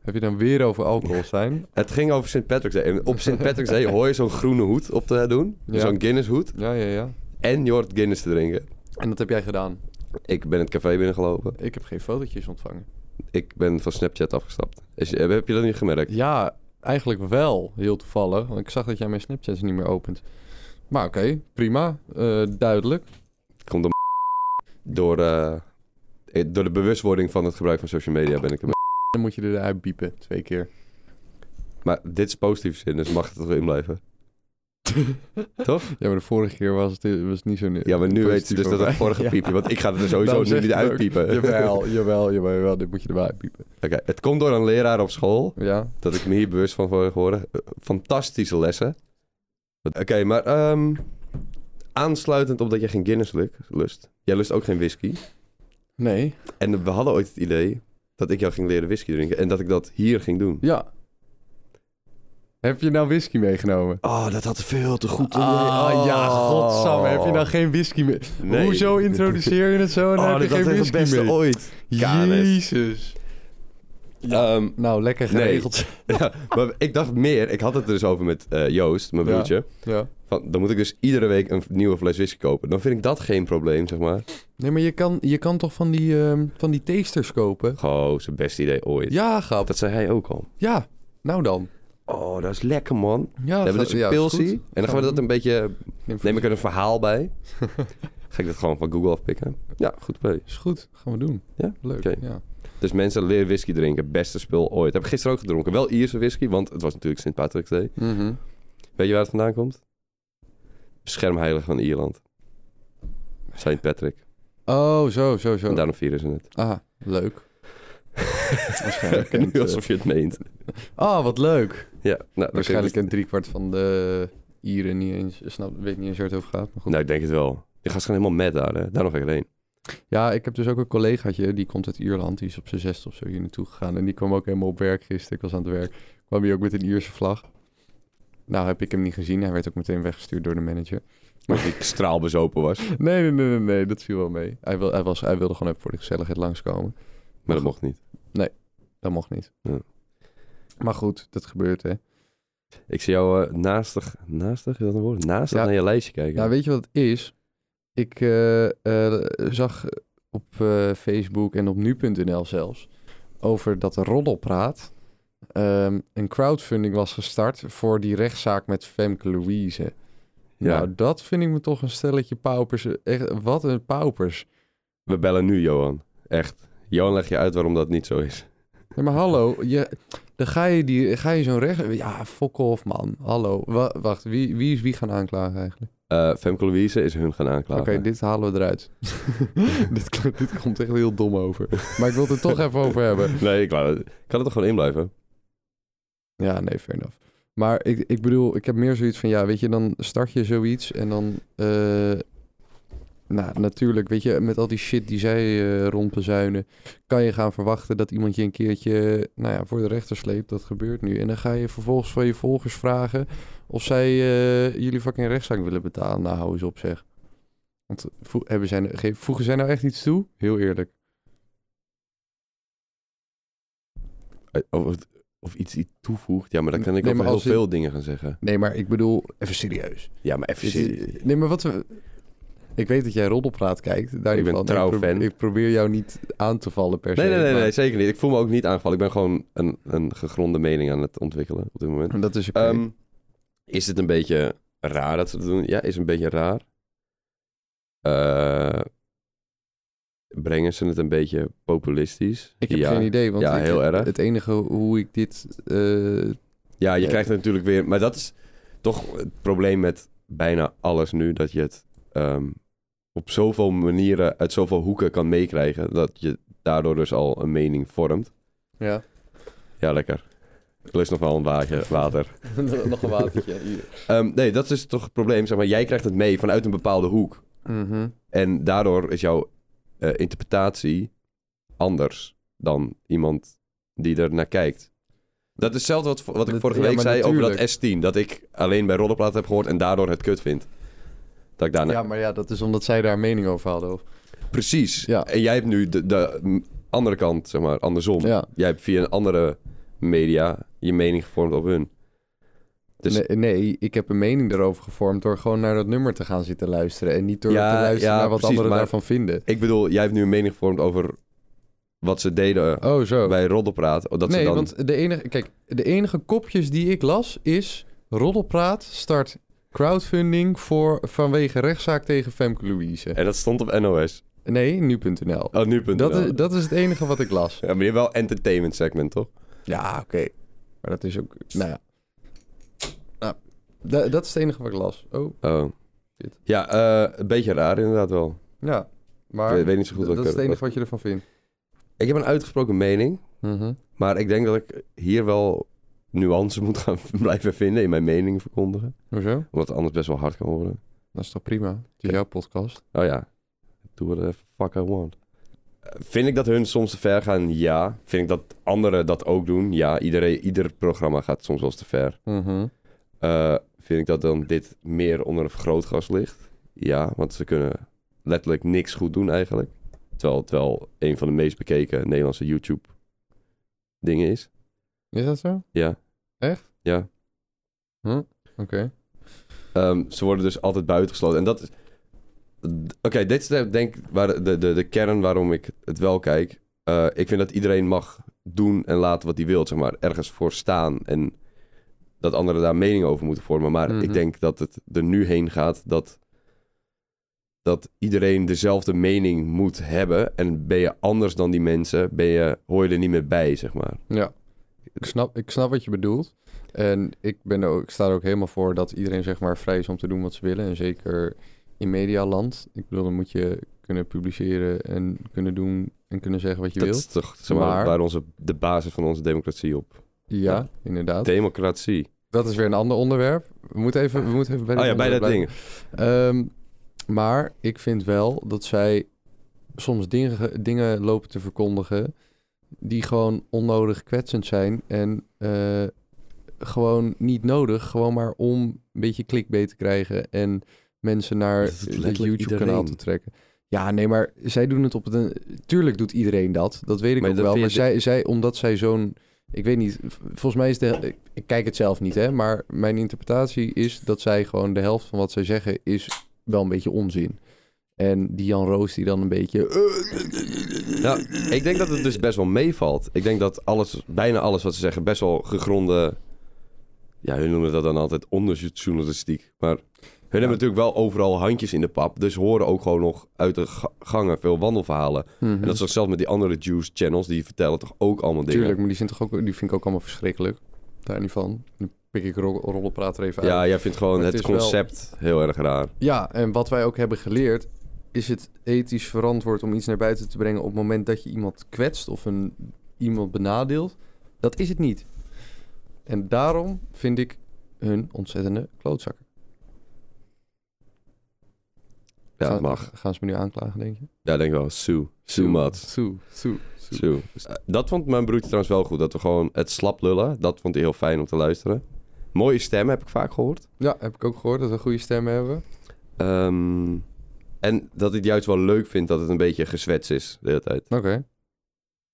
[SPEAKER 1] Heb je dan weer over alcohol zijn?
[SPEAKER 2] Het ging over St. Patrick's Day. En op St. Patrick's Day hoor je zo'n groene hoed op te doen.
[SPEAKER 1] Ja.
[SPEAKER 2] Zo'n Guinness hoed.
[SPEAKER 1] Ja, ja, ja.
[SPEAKER 2] En je hoort Guinness te drinken.
[SPEAKER 1] En dat heb jij gedaan.
[SPEAKER 2] Ik ben het café binnengelopen.
[SPEAKER 1] Ik heb geen fotootjes ontvangen.
[SPEAKER 2] Ik ben van Snapchat afgestapt. Is, heb heb je dat niet gemerkt?
[SPEAKER 1] Ja, eigenlijk wel. Heel toevallig. Want ik zag dat jij mijn Snapchats niet meer opent. Maar oké, prima. Eh, duidelijk.
[SPEAKER 2] Komt om door, eh, eh, door de bewustwording van het gebruik van social media ben ik ermee.
[SPEAKER 1] Dan moet je eruit biepen, twee keer.
[SPEAKER 2] Maar dit is positief zin, dus mag het er wel in
[SPEAKER 1] <laughs>
[SPEAKER 2] blijven. Toch?
[SPEAKER 1] Ja, maar de vorige keer was het, was het niet zo...
[SPEAKER 2] Ja, maar nu weet je
[SPEAKER 1] positief
[SPEAKER 2] dus dat
[SPEAKER 1] over.
[SPEAKER 2] het
[SPEAKER 1] <laughs>
[SPEAKER 2] vorige
[SPEAKER 1] Ja.
[SPEAKER 2] piepje, want ik ga het er dus sowieso
[SPEAKER 1] Daarom
[SPEAKER 2] nu
[SPEAKER 1] zeg
[SPEAKER 2] niet
[SPEAKER 1] ik het ook.
[SPEAKER 2] uitpiepen.
[SPEAKER 1] <laughs> Jawel, jawel, jawel, jawel. Dit moet je erbij piepen.
[SPEAKER 2] <laughs> Oké, het komt door een leraar op school,
[SPEAKER 1] Ja.
[SPEAKER 2] dat ik me hier bewust van word geworden. Eh, Fantastische lessen. Oké, maar ehm, aansluitend op dat jij geen Guinness luk- lust, jij lust ook geen whisky.
[SPEAKER 1] Nee.
[SPEAKER 2] En we hadden ooit het idee dat ik jou ging leren whisky drinken en dat ik dat hier ging doen.
[SPEAKER 1] Ja. Heb je nou whisky meegenomen?
[SPEAKER 2] Oh, dat had veel te goed. Oh.
[SPEAKER 1] Ah, ja, godsam. Heb je nou geen whisky meer?
[SPEAKER 2] Nee.
[SPEAKER 1] Hoezo introduceer je het zo en
[SPEAKER 2] <laughs> Oh,
[SPEAKER 1] heb
[SPEAKER 2] dit
[SPEAKER 1] je
[SPEAKER 2] was
[SPEAKER 1] geen
[SPEAKER 2] echt het
[SPEAKER 1] whisky
[SPEAKER 2] beste
[SPEAKER 1] meer?
[SPEAKER 2] ooit. KLS.
[SPEAKER 1] Jezus.
[SPEAKER 2] Ehm,
[SPEAKER 1] Nou, lekker
[SPEAKER 2] Nee.
[SPEAKER 1] geregeld.
[SPEAKER 2] <laughs> ja, maar ik dacht meer, ik had het er dus over met eh, Joost, mijn
[SPEAKER 1] Ja.
[SPEAKER 2] broertje.
[SPEAKER 1] Ja.
[SPEAKER 2] Van, dan moet ik dus iedere week een nieuwe fles whisky kopen. Dan vind ik dat geen probleem, zeg maar.
[SPEAKER 1] Nee, maar je kan, je kan toch van die, ehm, van die tasters kopen?
[SPEAKER 2] Goh, zijn beste idee ooit.
[SPEAKER 1] Ja, grap.
[SPEAKER 2] Dat zei hij ook al.
[SPEAKER 1] Ja, nou dan.
[SPEAKER 2] Oh, dat is lekker, man. Dan
[SPEAKER 1] Ja,
[SPEAKER 2] hebben we
[SPEAKER 1] ga-
[SPEAKER 2] dus een
[SPEAKER 1] ja, is goed.
[SPEAKER 2] pilsie. En dan gaan we dat een beetje... Neem ik er een verhaal
[SPEAKER 1] <laughs>
[SPEAKER 2] bij. Ga ik dat gewoon van Google afpikken. Ja, goed idee.
[SPEAKER 1] Is goed, gaan we doen.
[SPEAKER 2] Ja?
[SPEAKER 1] Leuk,
[SPEAKER 2] Oké.
[SPEAKER 1] ja.
[SPEAKER 2] Dus mensen, leer whisky drinken. Beste spul ooit. Heb ik gisteren ook gedronken. Wel Ierse whisky, want het was natuurlijk Sint Patrick's Day. Weet je waar het vandaan komt? Beschermheilig van Ierland. St. Patrick.
[SPEAKER 1] Oh, zo, zo,
[SPEAKER 2] En
[SPEAKER 1] zo.
[SPEAKER 2] daarom vieren ze het.
[SPEAKER 1] Ah, leuk.
[SPEAKER 2] <laughs>
[SPEAKER 1] Waarschijnlijk kent,
[SPEAKER 2] nu
[SPEAKER 1] eh,
[SPEAKER 2] alsof je het meent.
[SPEAKER 1] Ah, wat leuk.
[SPEAKER 2] Ja, nou,
[SPEAKER 1] Waarschijnlijk een driekwart van de Ieren niet eens... Snap, weet niet eens waar het over gaat, maar goed.
[SPEAKER 2] Nou, ik denk het wel. Die gast gaan helemaal met daar, hè? Daar nog heen.
[SPEAKER 1] Ja, ik heb dus ook een collegaatje, die komt uit Ierland. Die is op zijn zesde of zo hier naartoe gegaan. En die kwam ook helemaal op werk gisteren. Ik was aan het werk. Kwam hij ook met een Ierse vlag. Nou, heb ik hem niet gezien. Hij werd ook meteen weggestuurd door de manager.
[SPEAKER 2] Omdat
[SPEAKER 1] <laughs>
[SPEAKER 2] ik straalbezopen was.
[SPEAKER 1] Nee, nee, nee, nee, nee, dat viel wel mee. Hij, wil, hij, was, hij wilde gewoon even voor de gezelligheid langskomen.
[SPEAKER 2] Maar dat mocht niet.
[SPEAKER 1] Dat mocht niet.
[SPEAKER 2] Ja.
[SPEAKER 1] Maar goed, dat gebeurt, hè.
[SPEAKER 2] Ik zie jou eh, naastig... Naastig? Is dat een woord? Naastig
[SPEAKER 1] Ja.
[SPEAKER 2] naar je lijstje kijken.
[SPEAKER 1] Nou, weet je wat het is? Ik eh, eh, zag op eh, Facebook en op nu.nl zelfs over dat Roddelpraat ehm een crowdfunding was gestart voor die rechtszaak met Femke Louise.
[SPEAKER 2] Ja.
[SPEAKER 1] Nou, dat vind ik me toch een stelletje paupers. Echt, wat een paupers.
[SPEAKER 2] We bellen nu, Johan. Echt. Johan, leg je uit waarom dat niet zo is.
[SPEAKER 1] Nee, maar hallo, je, dan ga je, die- ga je zo'n recht... Ja, fok off, man. Hallo. Wa- wacht, wie, wie is wie gaan aanklagen eigenlijk?
[SPEAKER 2] Eh Femke Louise is hun gaan
[SPEAKER 1] Oké,
[SPEAKER 2] aanklagen.
[SPEAKER 1] dit halen we <laughs> eruit. dit, klinkt- dit komt echt heel dom over. Maar ik wil het er toch even over hebben.
[SPEAKER 2] <laughs> Nee, ik wou- ik kan het toch gewoon in blijven?
[SPEAKER 1] Ja, nee, fair enough. Maar ik, ik bedoel, ik heb meer zoiets van, ja, weet je, dan start je zoiets en dan... eh, nou, natuurlijk, weet je, met al die shit die zij eh, rondbezuinen... kan je gaan verwachten dat iemand je een keertje nou ja, voor de rechter sleept. Dat gebeurt nu. En dan ga je vervolgens van je volgers vragen of zij eh, jullie fucking rechtszaak willen betalen. Nou, hou eens op, zeg. Want vo- hebben zij, nou- ge- voegen zij nou echt iets toe? Heel eerlijk.
[SPEAKER 2] Eh, Of, of iets iets toevoegt. Ja, maar dan kan ik
[SPEAKER 1] Nee,
[SPEAKER 2] over
[SPEAKER 1] maar
[SPEAKER 2] heel
[SPEAKER 1] als dit-
[SPEAKER 2] veel dingen gaan zeggen.
[SPEAKER 1] Nee, maar ik bedoel, even serieus.
[SPEAKER 2] Ja, maar even
[SPEAKER 1] Dit-
[SPEAKER 2] serieus.
[SPEAKER 1] Nee, maar wat we... Ik weet dat jij roddelpraat kijkt. Daar
[SPEAKER 2] Ik ben trouw
[SPEAKER 1] ik, pro-
[SPEAKER 2] fan.
[SPEAKER 1] ik probeer jou niet aan te vallen per
[SPEAKER 2] Nee,
[SPEAKER 1] se.
[SPEAKER 2] nee, nee,
[SPEAKER 1] maar-
[SPEAKER 2] nee, zeker niet. Ik voel me ook niet aangevallen. Ik ben gewoon een, een gegronde mening aan het ontwikkelen op dit moment.
[SPEAKER 1] Maar Dat is oké.
[SPEAKER 2] Ehm, is het een beetje raar dat ze dat doen? Ja, is een beetje raar. eh, brengen ze het een beetje populistisch?
[SPEAKER 1] Ik heb
[SPEAKER 2] ja.
[SPEAKER 1] geen idee, want
[SPEAKER 2] Ja,
[SPEAKER 1] ik-
[SPEAKER 2] heel erg.
[SPEAKER 1] het enige hoe ik dit... eh,
[SPEAKER 2] Ja, je
[SPEAKER 1] Eh.
[SPEAKER 2] krijgt het natuurlijk weer... Maar dat is toch het probleem met bijna alles nu. Dat je het ehm, op zoveel manieren, uit zoveel hoeken kan meekrijgen. Dat je daardoor dus al een mening vormt.
[SPEAKER 1] ja, <laughs>
[SPEAKER 2] Ja, lekker. Ik lust nog wel een waagje water.
[SPEAKER 1] nog een watertje.
[SPEAKER 2] Ehm, nee, dat is toch het probleem. Zeg maar, jij krijgt het mee vanuit een bepaalde hoek.
[SPEAKER 1] Mhm.
[SPEAKER 2] En daardoor is jouw eh, interpretatie anders dan iemand die er naar kijkt. Dat is hetzelfde wat, wat ik
[SPEAKER 1] Dat-
[SPEAKER 2] vorige
[SPEAKER 1] ja,
[SPEAKER 2] week
[SPEAKER 1] maar
[SPEAKER 2] zei over
[SPEAKER 1] natuurlijk.
[SPEAKER 2] dat S10. Dat ik alleen bij Rollerplaat heb gehoord en daardoor het kut vind. Dat ik daarna...
[SPEAKER 1] Ja, maar ja, dat is omdat zij daar een mening over hadden. Of...
[SPEAKER 2] Precies.
[SPEAKER 1] Ja.
[SPEAKER 2] En jij hebt nu de, de mm, andere kant, zeg maar, andersom.
[SPEAKER 1] Ja,
[SPEAKER 2] Jij hebt via een andere media je mening gevormd op hun. Dus-
[SPEAKER 1] nee, nee, ik heb een mening daarover gevormd door gewoon naar dat nummer te gaan zitten luisteren. En niet door
[SPEAKER 2] Ja,
[SPEAKER 1] te luisteren
[SPEAKER 2] ja,
[SPEAKER 1] naar wat
[SPEAKER 2] precies,
[SPEAKER 1] anderen
[SPEAKER 2] maar-
[SPEAKER 1] daarvan vinden.
[SPEAKER 2] Ik bedoel, jij hebt nu een mening gevormd over wat ze deden
[SPEAKER 1] Oh, zo.
[SPEAKER 2] bij Roddelpraat. Dat
[SPEAKER 1] nee,
[SPEAKER 2] ze dan...
[SPEAKER 1] want de enige, kijk, de enige kopjes die ik las is... Roddelpraat start crowdfunding voor, vanwege rechtszaak tegen Femke Louise.
[SPEAKER 2] En dat stond op NOS.
[SPEAKER 1] Nee, nu.nl.
[SPEAKER 2] Oh, nu.nl.
[SPEAKER 1] Dat is, dat is het enige wat ik las.
[SPEAKER 2] <laughs> Ja, maar je hebt wel entertainment segment, toch?
[SPEAKER 1] Ja, oké. Maar dat is ook... Nou ja. Nou, da- dat is het enige wat ik las. Oh,
[SPEAKER 2] Oh.
[SPEAKER 1] Shit.
[SPEAKER 2] Ja, eh, een beetje raar inderdaad wel.
[SPEAKER 1] ja. Maar
[SPEAKER 2] Ik weet- weet niet zo goed
[SPEAKER 1] d-
[SPEAKER 2] wat
[SPEAKER 1] dat
[SPEAKER 2] ik
[SPEAKER 1] is het
[SPEAKER 2] er-
[SPEAKER 1] enige wat je ervan vindt.
[SPEAKER 2] Ik heb een uitgesproken mening, maar ik denk dat ik hier wel nuance moet gaan <laughs> blijven vinden in mijn mening verkondigen.
[SPEAKER 1] Hoezo?
[SPEAKER 2] Omdat het anders best wel hard kan worden.
[SPEAKER 1] Dat is toch prima? Het is jouw podcast.
[SPEAKER 2] Oh ja, do whatever the fuck I want. Eh, Vind ik dat hun soms te ver gaan? Ja. Vind ik dat anderen dat ook doen? Ja. Iedereen, ieder programma gaat soms wel eens te ver. Eh, vind ik dat dan dit meer onder een vergrootglas ligt? Ja, want ze kunnen letterlijk niks goed doen eigenlijk. Terwijl het wel een van de meest bekeken Nederlandse YouTube dingen is.
[SPEAKER 1] Is dat zo?
[SPEAKER 2] Ja.
[SPEAKER 1] Echt?
[SPEAKER 2] Ja.
[SPEAKER 1] Hm, oké.
[SPEAKER 2] Ehm, ze worden dus altijd buitengesloten. En dat is... Oké, dit is de- denk ik waar de, de, de kern waarom ik het wel kijk. Eh, ik vind dat iedereen mag doen en laten wat hij wil, zeg maar. Ergens voor staan en dat anderen daar mening over moeten vormen. Maar
[SPEAKER 1] Mhm.
[SPEAKER 2] ik denk dat het er nu heen gaat dat, dat iedereen dezelfde mening moet hebben. En ben je anders dan die mensen, ben je, hoor je er niet meer bij, zeg maar.
[SPEAKER 1] Ja. Ik snap, ik snap wat je bedoelt. En ik, ben er ook, ik sta er ook helemaal voor dat iedereen zeg maar vrij is om te doen wat ze willen. En zeker in medialand. Ik bedoel, dan moet je kunnen publiceren en kunnen doen en kunnen zeggen wat je
[SPEAKER 2] Dat
[SPEAKER 1] wilt.
[SPEAKER 2] is toch zeg maar,
[SPEAKER 1] Maar-
[SPEAKER 2] waar onze, de basis van onze democratie op.
[SPEAKER 1] Ja, inderdaad.
[SPEAKER 2] Democratie.
[SPEAKER 1] Dat is weer een ander onderwerp. We moeten even, we moeten even bij,
[SPEAKER 2] Oh ja,
[SPEAKER 1] dit
[SPEAKER 2] bij dat
[SPEAKER 1] onderwerp
[SPEAKER 2] ding.
[SPEAKER 1] blijven. Ehm, maar ik vind wel dat zij soms dingen, dingen lopen te verkondigen die gewoon onnodig kwetsend zijn en eh, gewoon niet nodig. Gewoon maar om een beetje clickbait te krijgen en mensen naar
[SPEAKER 2] Dat doet
[SPEAKER 1] het
[SPEAKER 2] letterlijk
[SPEAKER 1] YouTube-kanaal te
[SPEAKER 2] iedereen.
[SPEAKER 1] trekken. Ja, nee, maar zij doen het op een... Tuurlijk doet iedereen dat. Dat weet ik
[SPEAKER 2] Maar
[SPEAKER 1] ook
[SPEAKER 2] dat
[SPEAKER 1] wel.
[SPEAKER 2] vind
[SPEAKER 1] Maar zij,
[SPEAKER 2] je
[SPEAKER 1] zij, omdat zij zo'n... Ik weet niet, v- volgens mij is de... ik- Ik kijk het zelf niet, hè. Maar mijn interpretatie is dat zij gewoon... De helft van wat zij zeggen is wel een beetje onzin. En die Jan Roos die dan een beetje... "Eh,
[SPEAKER 2] Nou, ik denk dat het dus best wel meevalt. Ik denk dat alles, bijna alles wat ze zeggen, best wel gegronde. Ja, hun noemen dat dan altijd onderzoeksjournalistiek. Maar hun hebben natuurlijk wel overal handjes in de pap. Dus horen ook gewoon nog uit de ga- gangen veel wandelverhalen.
[SPEAKER 1] Mhm.
[SPEAKER 2] En dat is toch zelfs met die andere juice channels, die vertellen toch ook allemaal dingen.
[SPEAKER 1] Tuurlijk, maar die, zijn toch ook, die vind ik ook allemaal verschrikkelijk. Daar niet van. Dan pik ik ro rollenpraat er even uit.
[SPEAKER 2] Ja, jij vindt gewoon
[SPEAKER 1] Maar het
[SPEAKER 2] het,
[SPEAKER 1] is wel-
[SPEAKER 2] concept heel erg raar.
[SPEAKER 1] Ja, en wat wij ook hebben geleerd, is het ethisch verantwoord om iets naar buiten te brengen op het moment dat je iemand kwetst of een, iemand benadeelt. Dat is het niet. En daarom vind ik hun ontzettende klootzakken.
[SPEAKER 2] Ja,
[SPEAKER 1] Gaan-
[SPEAKER 2] mag.
[SPEAKER 1] Gaan ze me nu aanklagen, denk je?
[SPEAKER 2] Ja, denk ik wel. Sue. Sue Mats.
[SPEAKER 1] Sue, Sue, Sue.
[SPEAKER 2] Sue. Eh, Dat vond mijn broertje trouwens wel goed. Dat we gewoon het slap lullen. Dat vond hij heel fijn om te luisteren. Mooie stem heb ik vaak gehoord.
[SPEAKER 1] Ja, heb ik ook gehoord dat we goede stemmen hebben.
[SPEAKER 2] Ehm, en dat ik het juist wel leuk vind dat het een beetje gezwets is de hele tijd.
[SPEAKER 1] Oké.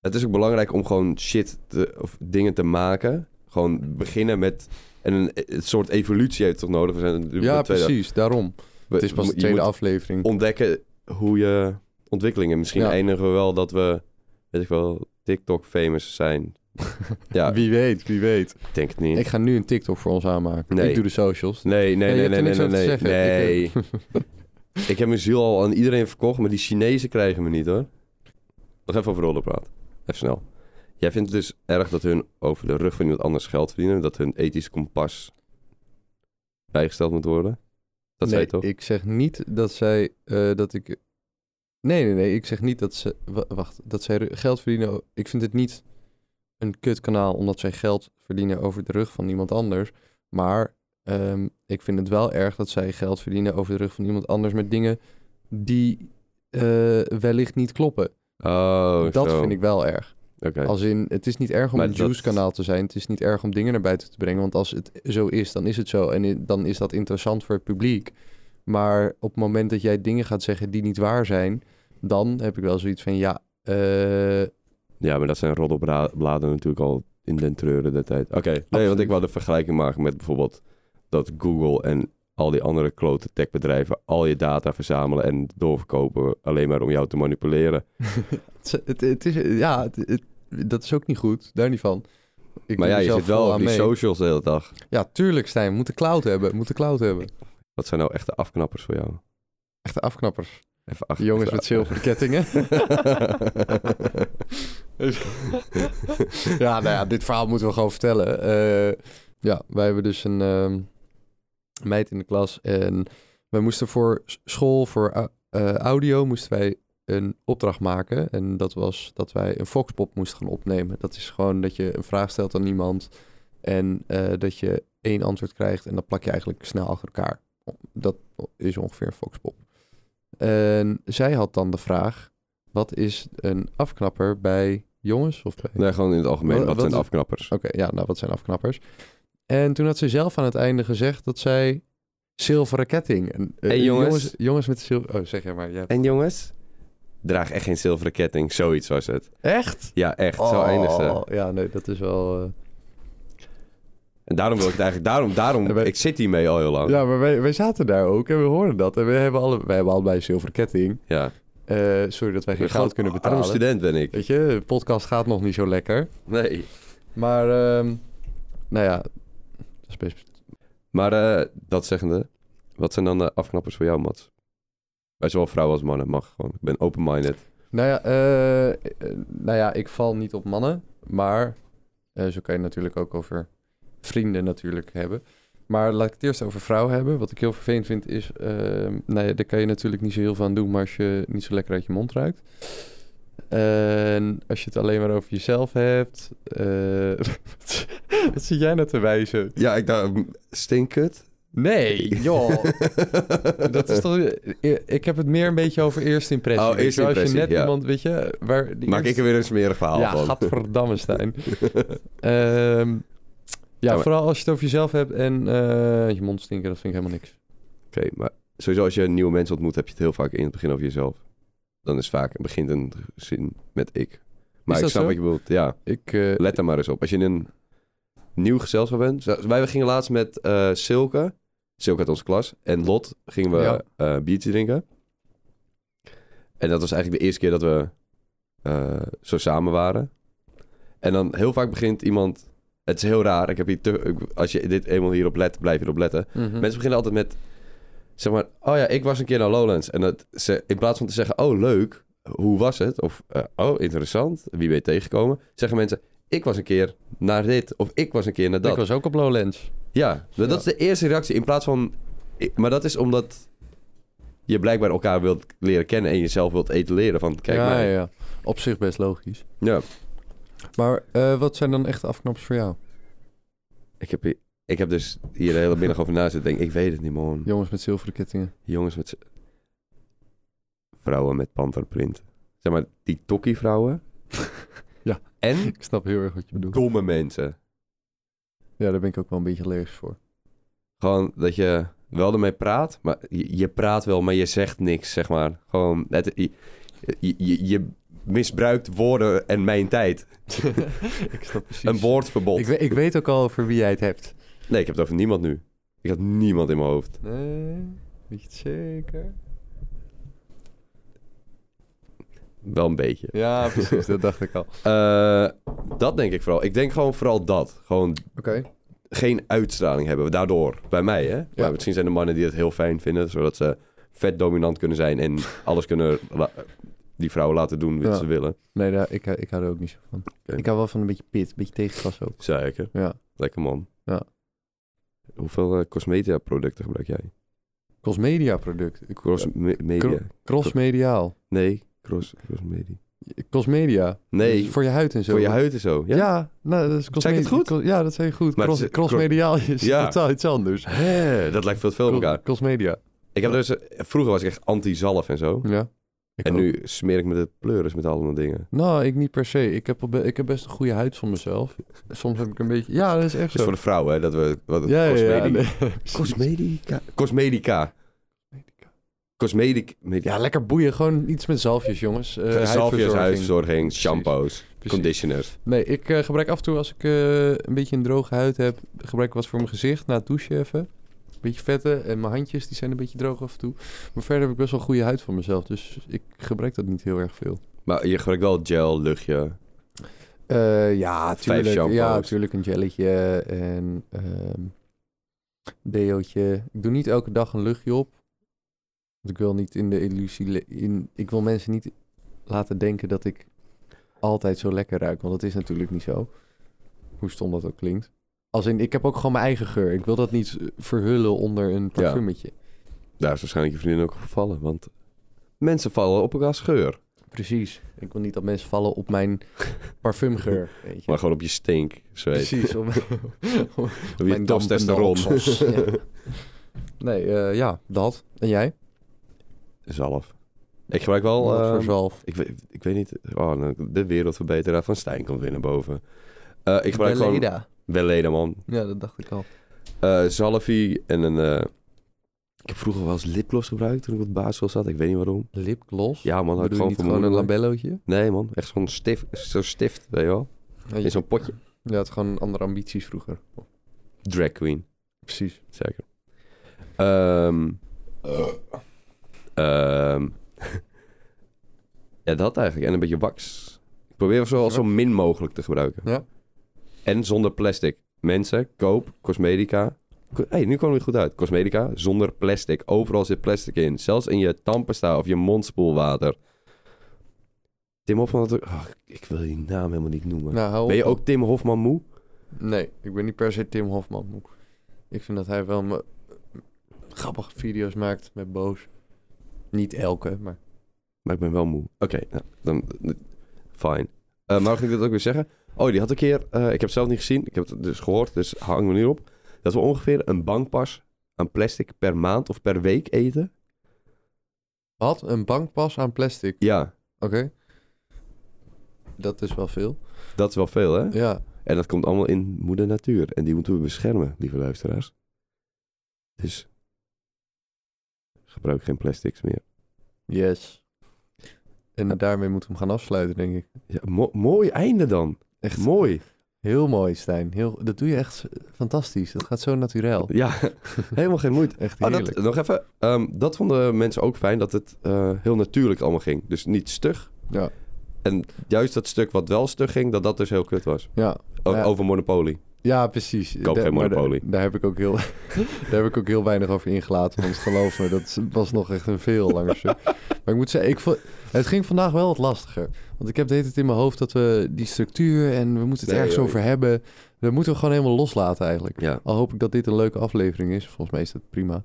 [SPEAKER 2] Het is ook belangrijk om gewoon shit te- of dingen te maken. Gewoon beginnen met. En een, een soort evolutie heeft het toch nodig? We zijn natuurlijk
[SPEAKER 1] Ja,
[SPEAKER 2] op de tweede-
[SPEAKER 1] precies. Daarom.
[SPEAKER 2] we-
[SPEAKER 1] Het is pas
[SPEAKER 2] je
[SPEAKER 1] de tweede
[SPEAKER 2] moet
[SPEAKER 1] aflevering.
[SPEAKER 2] ontdekken hoe je ontwikkelingen. Misschien
[SPEAKER 1] Ja.
[SPEAKER 2] eindigen we wel dat we, weet ik wel,
[SPEAKER 1] <laughs>
[SPEAKER 2] TikTok-famous zijn. ja,
[SPEAKER 1] Wie weet, wie weet.
[SPEAKER 2] ik denk het niet.
[SPEAKER 1] Ik ga nu een TikTok voor ons aanmaken.
[SPEAKER 2] Nee.
[SPEAKER 1] Ik doe de socials.
[SPEAKER 2] Nee, nee,
[SPEAKER 1] Nee, je
[SPEAKER 2] nee,
[SPEAKER 1] hebt er
[SPEAKER 2] nee, nee,
[SPEAKER 1] niks
[SPEAKER 2] nee,
[SPEAKER 1] over te
[SPEAKER 2] nee.
[SPEAKER 1] zeggen. eh.
[SPEAKER 2] nee. <laughs> Ik heb mijn ziel al aan iedereen verkocht, maar die Chinezen krijgen me niet hoor. Nog even over rollen praten. Even snel. Jij vindt het dus erg dat hun over de rug van iemand anders geld verdienen, dat hun ethisch kompas bijgesteld moet worden? Dat zei
[SPEAKER 1] nee,
[SPEAKER 2] je toch?
[SPEAKER 1] ik zeg niet dat zij eh, dat ik. Nee, nee, nee. Ik zeg niet dat ze. wa- Wacht, dat zij ru- geld verdienen. o- Ik vind het niet een kut kanaal omdat zij geld verdienen over de rug van iemand anders. Maar ehm, ik vind het wel erg dat zij geld verdienen over de rug van iemand anders met dingen die eh, wellicht niet kloppen.
[SPEAKER 2] Oh,
[SPEAKER 1] dat
[SPEAKER 2] zo.
[SPEAKER 1] vind ik wel erg.
[SPEAKER 2] Oké.
[SPEAKER 1] Als in, het is niet erg om
[SPEAKER 2] Maar
[SPEAKER 1] een
[SPEAKER 2] dat-
[SPEAKER 1] juice-kanaal te zijn. Het is niet erg om dingen naar buiten te brengen. Want als het zo is, dan is het zo. En i- dan is dat interessant voor het publiek. Maar op het moment dat jij dingen gaat zeggen die niet waar zijn, dan heb ik wel zoiets van ja. eh,
[SPEAKER 2] Ja, maar dat zijn roddelbladen natuurlijk al in den treuren de tijd. Oké, nee, want
[SPEAKER 1] Absoluut.
[SPEAKER 2] ik wou de vergelijking maken met bijvoorbeeld dat Google en al die andere klote techbedrijven al je data verzamelen en doorverkopen alleen maar om jou te manipuleren.
[SPEAKER 1] het, het, het is, ja, het- het- dat is ook niet goed. Daar niet van. Ik
[SPEAKER 2] maar
[SPEAKER 1] doe er
[SPEAKER 2] ja, je
[SPEAKER 1] zelf
[SPEAKER 2] zit wel
[SPEAKER 1] vol
[SPEAKER 2] op
[SPEAKER 1] aan
[SPEAKER 2] die
[SPEAKER 1] mee.
[SPEAKER 2] socials de hele dag.
[SPEAKER 1] Ja, tuurlijk, Stijn. Moet de cloud hebben. Moet de cloud hebben.
[SPEAKER 2] Wat zijn nou echte afknappers voor jou?
[SPEAKER 1] Echte afknappers.
[SPEAKER 2] Even achter- <laughs>
[SPEAKER 1] Jongens met zilveren kettingen. <laughs> ja, nou ja, dit verhaal moeten we gewoon vertellen. Eh, ja, wij hebben dus een ehm, meid in de klas en wij moesten voor s- school, voor au- eh, audio, moesten wij een opdracht maken. En dat was dat wij een foxpop moesten gaan opnemen. Dat is gewoon dat je een vraag stelt aan iemand en eh, dat je één antwoord krijgt en dat plak je eigenlijk snel achter elkaar. Dat is ongeveer een foxpop. En zij had dan de vraag, wat is een afknapper bij jongens of bij...
[SPEAKER 2] Nee, gewoon in het algemeen. Wat,
[SPEAKER 1] Wat- wat
[SPEAKER 2] zijn
[SPEAKER 1] is-
[SPEAKER 2] afknappers?
[SPEAKER 1] Oké, ja, nou, wat zijn afknappers? En toen had ze zelf aan het einde gezegd dat zij zilveren ketting. En, eh,
[SPEAKER 2] En jongens?
[SPEAKER 1] jongens? jongens met zilver... Oh, zeg jij maar. Ja.
[SPEAKER 2] En jongens, draag echt geen zilveren ketting. Zoiets was het.
[SPEAKER 1] Echt?
[SPEAKER 2] Ja, echt. Zo
[SPEAKER 1] Oh.
[SPEAKER 2] eindig ze.
[SPEAKER 1] Ja, nee, dat is wel... eh,
[SPEAKER 2] En daarom wil ik het eigenlijk... Daarom, daarom...
[SPEAKER 1] Wij-
[SPEAKER 2] Ik zit hiermee al heel lang.
[SPEAKER 1] Ja, maar wij, wij zaten daar ook en we hoorden dat. En we hebben, alle, wij hebben allebei een zilveren ketting.
[SPEAKER 2] ja.
[SPEAKER 1] Eh, sorry dat wij geen
[SPEAKER 2] Gewoon
[SPEAKER 1] geld kunnen
[SPEAKER 2] Arm
[SPEAKER 1] betalen.
[SPEAKER 2] student ben ik.
[SPEAKER 1] Weet je, de podcast gaat nog niet zo lekker.
[SPEAKER 2] Nee.
[SPEAKER 1] Maar, ehm, nou ja, dat is best...
[SPEAKER 2] Maar eh, dat zeggende, wat zijn dan de afknappers voor jou, Mats? Bij zowel vrouwen als mannen mag gewoon. Ik ben open-minded.
[SPEAKER 1] Nou ja, eh, eh, nou ja, ik val niet op mannen, maar eh, zo kan je natuurlijk ook over vrienden natuurlijk hebben. Maar laat ik het eerst over vrouwen hebben. Wat ik heel vervelend vind is, ehm nou ja, daar kan je natuurlijk niet zo heel veel aan doen, maar als je niet zo lekker uit je mond ruikt. En als je het alleen maar over jezelf hebt. eh, <laughs> wat zit jij nou te wijzen?
[SPEAKER 2] Ja, ik dacht, stinkut.
[SPEAKER 1] Nee, joh. <laughs> Dat is toch, eh, ik heb het meer een beetje over eerste impressie.
[SPEAKER 2] Oh,
[SPEAKER 1] weet je
[SPEAKER 2] eerste
[SPEAKER 1] wel. Als je
[SPEAKER 2] impressie,
[SPEAKER 1] net
[SPEAKER 2] ja.
[SPEAKER 1] iemand, weet je, waar die
[SPEAKER 2] Maak
[SPEAKER 1] eerste-
[SPEAKER 2] ik er weer een smerig verhaal
[SPEAKER 1] ja,
[SPEAKER 2] <laughs> van.
[SPEAKER 1] gadverdamme <laughs> Stijn. Ehm, ja,
[SPEAKER 2] maar-
[SPEAKER 1] vooral als je het over jezelf hebt en eh, je mond stinken, dat vind ik helemaal niks.
[SPEAKER 2] Oké, maar sowieso als je nieuwe mensen ontmoet, heb je het heel vaak in het begin over jezelf. Dan is vaak, begint een zin met ik.
[SPEAKER 1] Is
[SPEAKER 2] Maar
[SPEAKER 1] dat
[SPEAKER 2] ik snap
[SPEAKER 1] zo?
[SPEAKER 2] wat je bedoelt, ja.
[SPEAKER 1] Ik, eh,
[SPEAKER 2] Let daar maar eens op. Als je in een nieuw gezelschap bent. Zo- Wij gingen laatst met eh, Silke. Silke uit onze klas. En Lot gingen we
[SPEAKER 1] Ja.
[SPEAKER 2] eh, biertje drinken. En dat was eigenlijk de eerste keer dat we eh, zo samen waren. En dan heel vaak begint iemand... Het is heel raar. Ik heb hier te- ik- als je dit eenmaal hierop let, blijf je erop letten.
[SPEAKER 1] mhm.
[SPEAKER 2] Mensen beginnen altijd met... Zeg maar, oh ja, ik was een keer naar Lowlands. En dat ze, in plaats van te zeggen, oh leuk, hoe was het? Of, eh, oh interessant, wie ben je tegengekomen? Zeggen mensen, ik was een keer naar dit. Of ik was een keer naar dat.
[SPEAKER 1] ik was ook op Lowlands.
[SPEAKER 2] Ja, maar dat is de eerste reactie. In plaats van... ik- Maar dat is omdat je blijkbaar elkaar wilt leren kennen en jezelf wilt etaleren. Van, kijk
[SPEAKER 1] ja,
[SPEAKER 2] mij.
[SPEAKER 1] ja,
[SPEAKER 2] Ja.
[SPEAKER 1] ja. Op zich best logisch. Maar eh, wat zijn dan echt afknaps voor jou?
[SPEAKER 2] Ik, heb hier, ik heb dus hier de hele middag over na zitten denken. Ik weet het niet, man.
[SPEAKER 1] Jongens met zilveren kettingen.
[SPEAKER 2] Jongens met... z'n- Vrouwen met panterprint. Zeg maar, die tokkie vrouwen.
[SPEAKER 1] <laughs> Ja.
[SPEAKER 2] En
[SPEAKER 1] Ik snap heel erg wat je bedoelt.
[SPEAKER 2] domme mensen.
[SPEAKER 1] Ja, daar ben ik ook wel een beetje allergisch voor.
[SPEAKER 2] Gewoon dat je wel ermee praat, maar je, je praat wel, maar je zegt niks, zeg maar. Gewoon, het, je, je- je, je misbruikt woorden en mijn tijd.
[SPEAKER 1] <laughs> ik snap precies.
[SPEAKER 2] Een woordverbod.
[SPEAKER 1] Ik, we- ik weet ook al over wie jij het hebt.
[SPEAKER 2] Nee, ik heb het over niemand nu. Ik had niemand in mijn hoofd.
[SPEAKER 1] Nee, weet je het zeker?
[SPEAKER 2] Wel een beetje.
[SPEAKER 1] Ja, precies. dat dacht ik al. Oké.
[SPEAKER 2] Eh, dat denk ik vooral. Ik denk gewoon vooral dat. Gewoon geen uitstraling hebben. Daardoor, bij mij hè. Maar misschien zijn er mannen die het heel fijn vinden, zodat ze vet dominant kunnen zijn en alles kunnen la- die vrouwen laten doen wat
[SPEAKER 1] Ja.
[SPEAKER 2] ze willen.
[SPEAKER 1] Nee, daar, ik, ik hou er ook niet zo van. Ik hou wel van een beetje pit, een beetje tegengas ook.
[SPEAKER 2] Zeker.
[SPEAKER 1] Ja.
[SPEAKER 2] Lekker man.
[SPEAKER 1] Ja.
[SPEAKER 2] Hoeveel eh, cosmetia producten gebruik jij?
[SPEAKER 1] Crossmedia product. Ik-
[SPEAKER 2] Crossmedia.
[SPEAKER 1] Cro- Crossmediaal.
[SPEAKER 2] nee, cross, crossmedia.
[SPEAKER 1] Crossmedia.
[SPEAKER 2] Nee,
[SPEAKER 1] Dus voor je huid en zo.
[SPEAKER 2] voor je huid en zo.
[SPEAKER 1] Ja,
[SPEAKER 2] Ja.
[SPEAKER 1] nou, dat is
[SPEAKER 2] Zeg ik het
[SPEAKER 1] cosme-
[SPEAKER 2] goed?
[SPEAKER 1] cos- ja, dat zeg je goed.
[SPEAKER 2] Maar het
[SPEAKER 1] Cross,
[SPEAKER 2] is-
[SPEAKER 1] crossmediaal is
[SPEAKER 2] Ja.
[SPEAKER 1] totaal iets anders.
[SPEAKER 2] Hè, dat lijkt veel te veel op elkaar.
[SPEAKER 1] Cos- Crossmedia.
[SPEAKER 2] Ik heb dus, eh, vroeger was ik echt anti-zalf en zo.
[SPEAKER 1] Ja. Ik
[SPEAKER 2] En
[SPEAKER 1] ook.
[SPEAKER 2] nu smeer ik me de pleuris met allemaal dingen.
[SPEAKER 1] Nou, ik niet per se. Ik heb, al be- ik heb best een goede huid van mezelf. Soms heb ik een beetje... Ja, dat is echt
[SPEAKER 2] Dus
[SPEAKER 1] zo.
[SPEAKER 2] voor de vrouw, hè, dat we... Wat,
[SPEAKER 1] ja, ja, ja,
[SPEAKER 2] cosmedi-
[SPEAKER 1] nee,
[SPEAKER 2] <laughs>
[SPEAKER 1] precies.
[SPEAKER 2] Cosmedica. Cosmedica. Cosmedic. medi-
[SPEAKER 1] Ja, lekker boeien. Gewoon iets met zalfjes, jongens. Eh,
[SPEAKER 2] Zalfjes,
[SPEAKER 1] huidverzorging.
[SPEAKER 2] huidverzorging,
[SPEAKER 1] Precies.
[SPEAKER 2] shampoos, conditioners.
[SPEAKER 1] Nee, ik eh, gebruik af en toe als ik eh, een beetje een droge huid heb, gebruik ik wat voor mijn gezicht na het douchen even. Een beetje vetten en mijn handjes die zijn een beetje droog af en toe. Maar verder heb ik best wel goede huid van mezelf, dus ik gebruik dat niet heel erg veel.
[SPEAKER 2] Maar je gebruikt wel gel, luchtje.
[SPEAKER 1] Eh, ja,
[SPEAKER 2] tuurlijk. shampoos.
[SPEAKER 1] Ja, natuurlijk een jelletje en ehm deootje. Ik doe niet elke dag een luchtje op. Want ik wil niet in de illusie. le- In, ik wil mensen niet laten denken dat ik altijd zo lekker ruik. Want dat is natuurlijk niet zo. Hoe stom dat ook klinkt. Als in, ik heb ook gewoon mijn eigen geur. Ik wil dat niet eh, verhullen onder een parfumetje.
[SPEAKER 2] Daar is waarschijnlijk je vriendin ook op gevallen, want mensen vallen op elkaar scheur.
[SPEAKER 1] Precies. Ik wil niet dat mensen vallen op
[SPEAKER 2] <laughs>
[SPEAKER 1] mijn parfumgeur. Weet je.
[SPEAKER 2] Maar gewoon op je stink, zweet.
[SPEAKER 1] Precies. Om,
[SPEAKER 2] <laughs>
[SPEAKER 1] om-
[SPEAKER 2] Op je testosteron. <laughs>
[SPEAKER 1] Ja. Nee, eh, ja, dat. En jij?
[SPEAKER 2] Zalf. Ik gebruik wel...
[SPEAKER 1] Wat voor
[SPEAKER 2] ehm,
[SPEAKER 1] zalf?
[SPEAKER 2] ik, weet, ik weet niet... Oh, nou, de wereldverbeteraar van Stijn komt weer naar boven. Eh, ik gebruik gewoon...
[SPEAKER 1] Beleda.
[SPEAKER 2] Beleda, man.
[SPEAKER 1] Ja, dat dacht ik al.
[SPEAKER 2] eh Zalafi en een... eh, ik heb vroeger wel eens lipgloss gebruikt toen ik op de basisschool zat. Ik weet niet waarom.
[SPEAKER 1] Lipgloss?
[SPEAKER 2] Ja, man. Had
[SPEAKER 1] Doe
[SPEAKER 2] ik
[SPEAKER 1] je
[SPEAKER 2] gewoon
[SPEAKER 1] niet
[SPEAKER 2] van
[SPEAKER 1] gewoon een
[SPEAKER 2] moeder.
[SPEAKER 1] labellootje?
[SPEAKER 2] Nee, man. Echt zo'n stift. Zo'n stift, weet je wel.
[SPEAKER 1] Ja,
[SPEAKER 2] In
[SPEAKER 1] je
[SPEAKER 2] zo'n potje.
[SPEAKER 1] je had gewoon andere ambities vroeger.
[SPEAKER 2] Drag queen.
[SPEAKER 1] Precies.
[SPEAKER 2] Zeker. Ehm Ehm. <laughs> ja, dat eigenlijk. En een beetje wax. Ik probeer zo, zo min mogelijk te gebruiken.
[SPEAKER 1] Ja.
[SPEAKER 2] En zonder plastic. Mensen, koop cosmetica. Hé, hey, nu kwam het weer goed uit. Cosmetica zonder plastic. Overal zit plastic in. Zelfs in je tandpasta of je mondspoelwater. Tim Hofman had ook... Ah, ik wil die naam helemaal niet noemen.
[SPEAKER 1] Nou, hou op.
[SPEAKER 2] ben je ook Tim Hofman moe?
[SPEAKER 1] Nee, ik ben niet per se Tim Hofman. Moek. Ik vind dat hij wel me- grappige video's maakt met Boos. Niet elke, maar...
[SPEAKER 2] Maar ik ben wel moe. Oké, nou, dan... Fijn. Eh maar wat ging ik dat ook weer zeggen? Oh, die had een keer... eh, ik heb het zelf niet gezien. Ik heb het dus gehoord. Dus hang me niet op. Dat we ongeveer een bankpas aan plastic per maand of per week eten.
[SPEAKER 1] Wat? Een bankpas aan plastic.
[SPEAKER 2] Ja,
[SPEAKER 1] Oké. Dat is wel veel.
[SPEAKER 2] dat is wel veel, hè?
[SPEAKER 1] Ja.
[SPEAKER 2] En dat komt allemaal in moeder natuur. En die moeten we beschermen, lieve luisteraars. Dus... Gebruik geen plastics meer.
[SPEAKER 1] Yes. En daarmee moeten we hem gaan afsluiten, denk ik.
[SPEAKER 2] Ja, mo- mooi einde dan.
[SPEAKER 1] Echt
[SPEAKER 2] Mooi.
[SPEAKER 1] heel mooi, Stijn. Heel, dat doe je echt fantastisch. Dat gaat zo natuurlijk.
[SPEAKER 2] Ja, <laughs> helemaal geen moeite.
[SPEAKER 1] Echt
[SPEAKER 2] Oh,
[SPEAKER 1] heerlijk.
[SPEAKER 2] dat, nog even. Ehm, dat vonden mensen ook fijn, dat het eh, heel natuurlijk allemaal ging. Dus niet stug.
[SPEAKER 1] Ja.
[SPEAKER 2] En juist dat stuk wat wel stug ging, dat dat dus heel kut was.
[SPEAKER 1] Ja,
[SPEAKER 2] O-
[SPEAKER 1] Ja.
[SPEAKER 2] Over Monopoly.
[SPEAKER 1] ja precies.
[SPEAKER 2] Koop geen
[SPEAKER 1] maar daar-
[SPEAKER 2] Monopoly.
[SPEAKER 1] Daar, heb ik ook
[SPEAKER 2] <laughs>
[SPEAKER 1] heel, daar heb ik ook heel weinig over ingelaten. Want geloof me, dat is- was nog echt een veel langer
[SPEAKER 2] <laughs>
[SPEAKER 1] stuk. Maar ik moet zeggen, ik vo- het ging vandaag wel wat lastiger. Want ik heb de hele tijd in mijn hoofd dat we die structuur... en we moeten het
[SPEAKER 2] Nee,
[SPEAKER 1] ergens
[SPEAKER 2] joh.
[SPEAKER 1] over hebben. Dat moeten we gewoon helemaal loslaten eigenlijk.
[SPEAKER 2] Ja.
[SPEAKER 1] Al hoop ik dat dit een leuke aflevering is. Volgens mij is dat prima.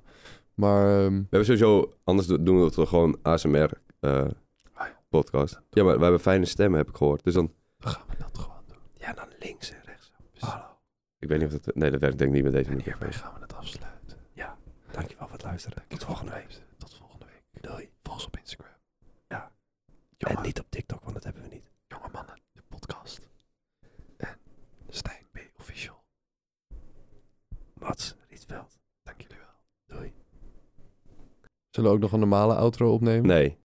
[SPEAKER 1] Maar... ehm,
[SPEAKER 2] We hebben sowieso, anders do- doen we het wel gewoon ASMR eh,
[SPEAKER 1] Ah,
[SPEAKER 2] podcast. Ja, maar we hebben fijne stemmen, heb ik gehoord. Dus dan...
[SPEAKER 1] gaan we dat gewoon doen.
[SPEAKER 2] Ja, dan links en rechts.
[SPEAKER 1] Hallo,
[SPEAKER 2] Ik weet niet of dat... Nee, dat werkt denk ik niet met deze microfoon.
[SPEAKER 1] gaan we het afsluiten.
[SPEAKER 2] Dankjewel voor het luisteren. Tot volgende week.
[SPEAKER 1] Tot volgende week. Doei. Volg ons op Instagram.
[SPEAKER 2] Ja.
[SPEAKER 1] Jonge,
[SPEAKER 2] En niet op TikTok, want dat hebben we niet.
[SPEAKER 1] jonge mannen, de podcast. En Stijn B. Official.
[SPEAKER 2] Mats Rietveld.
[SPEAKER 1] Dank jullie wel. Doei. Zullen we ook nog een normale outro opnemen?
[SPEAKER 2] Nee.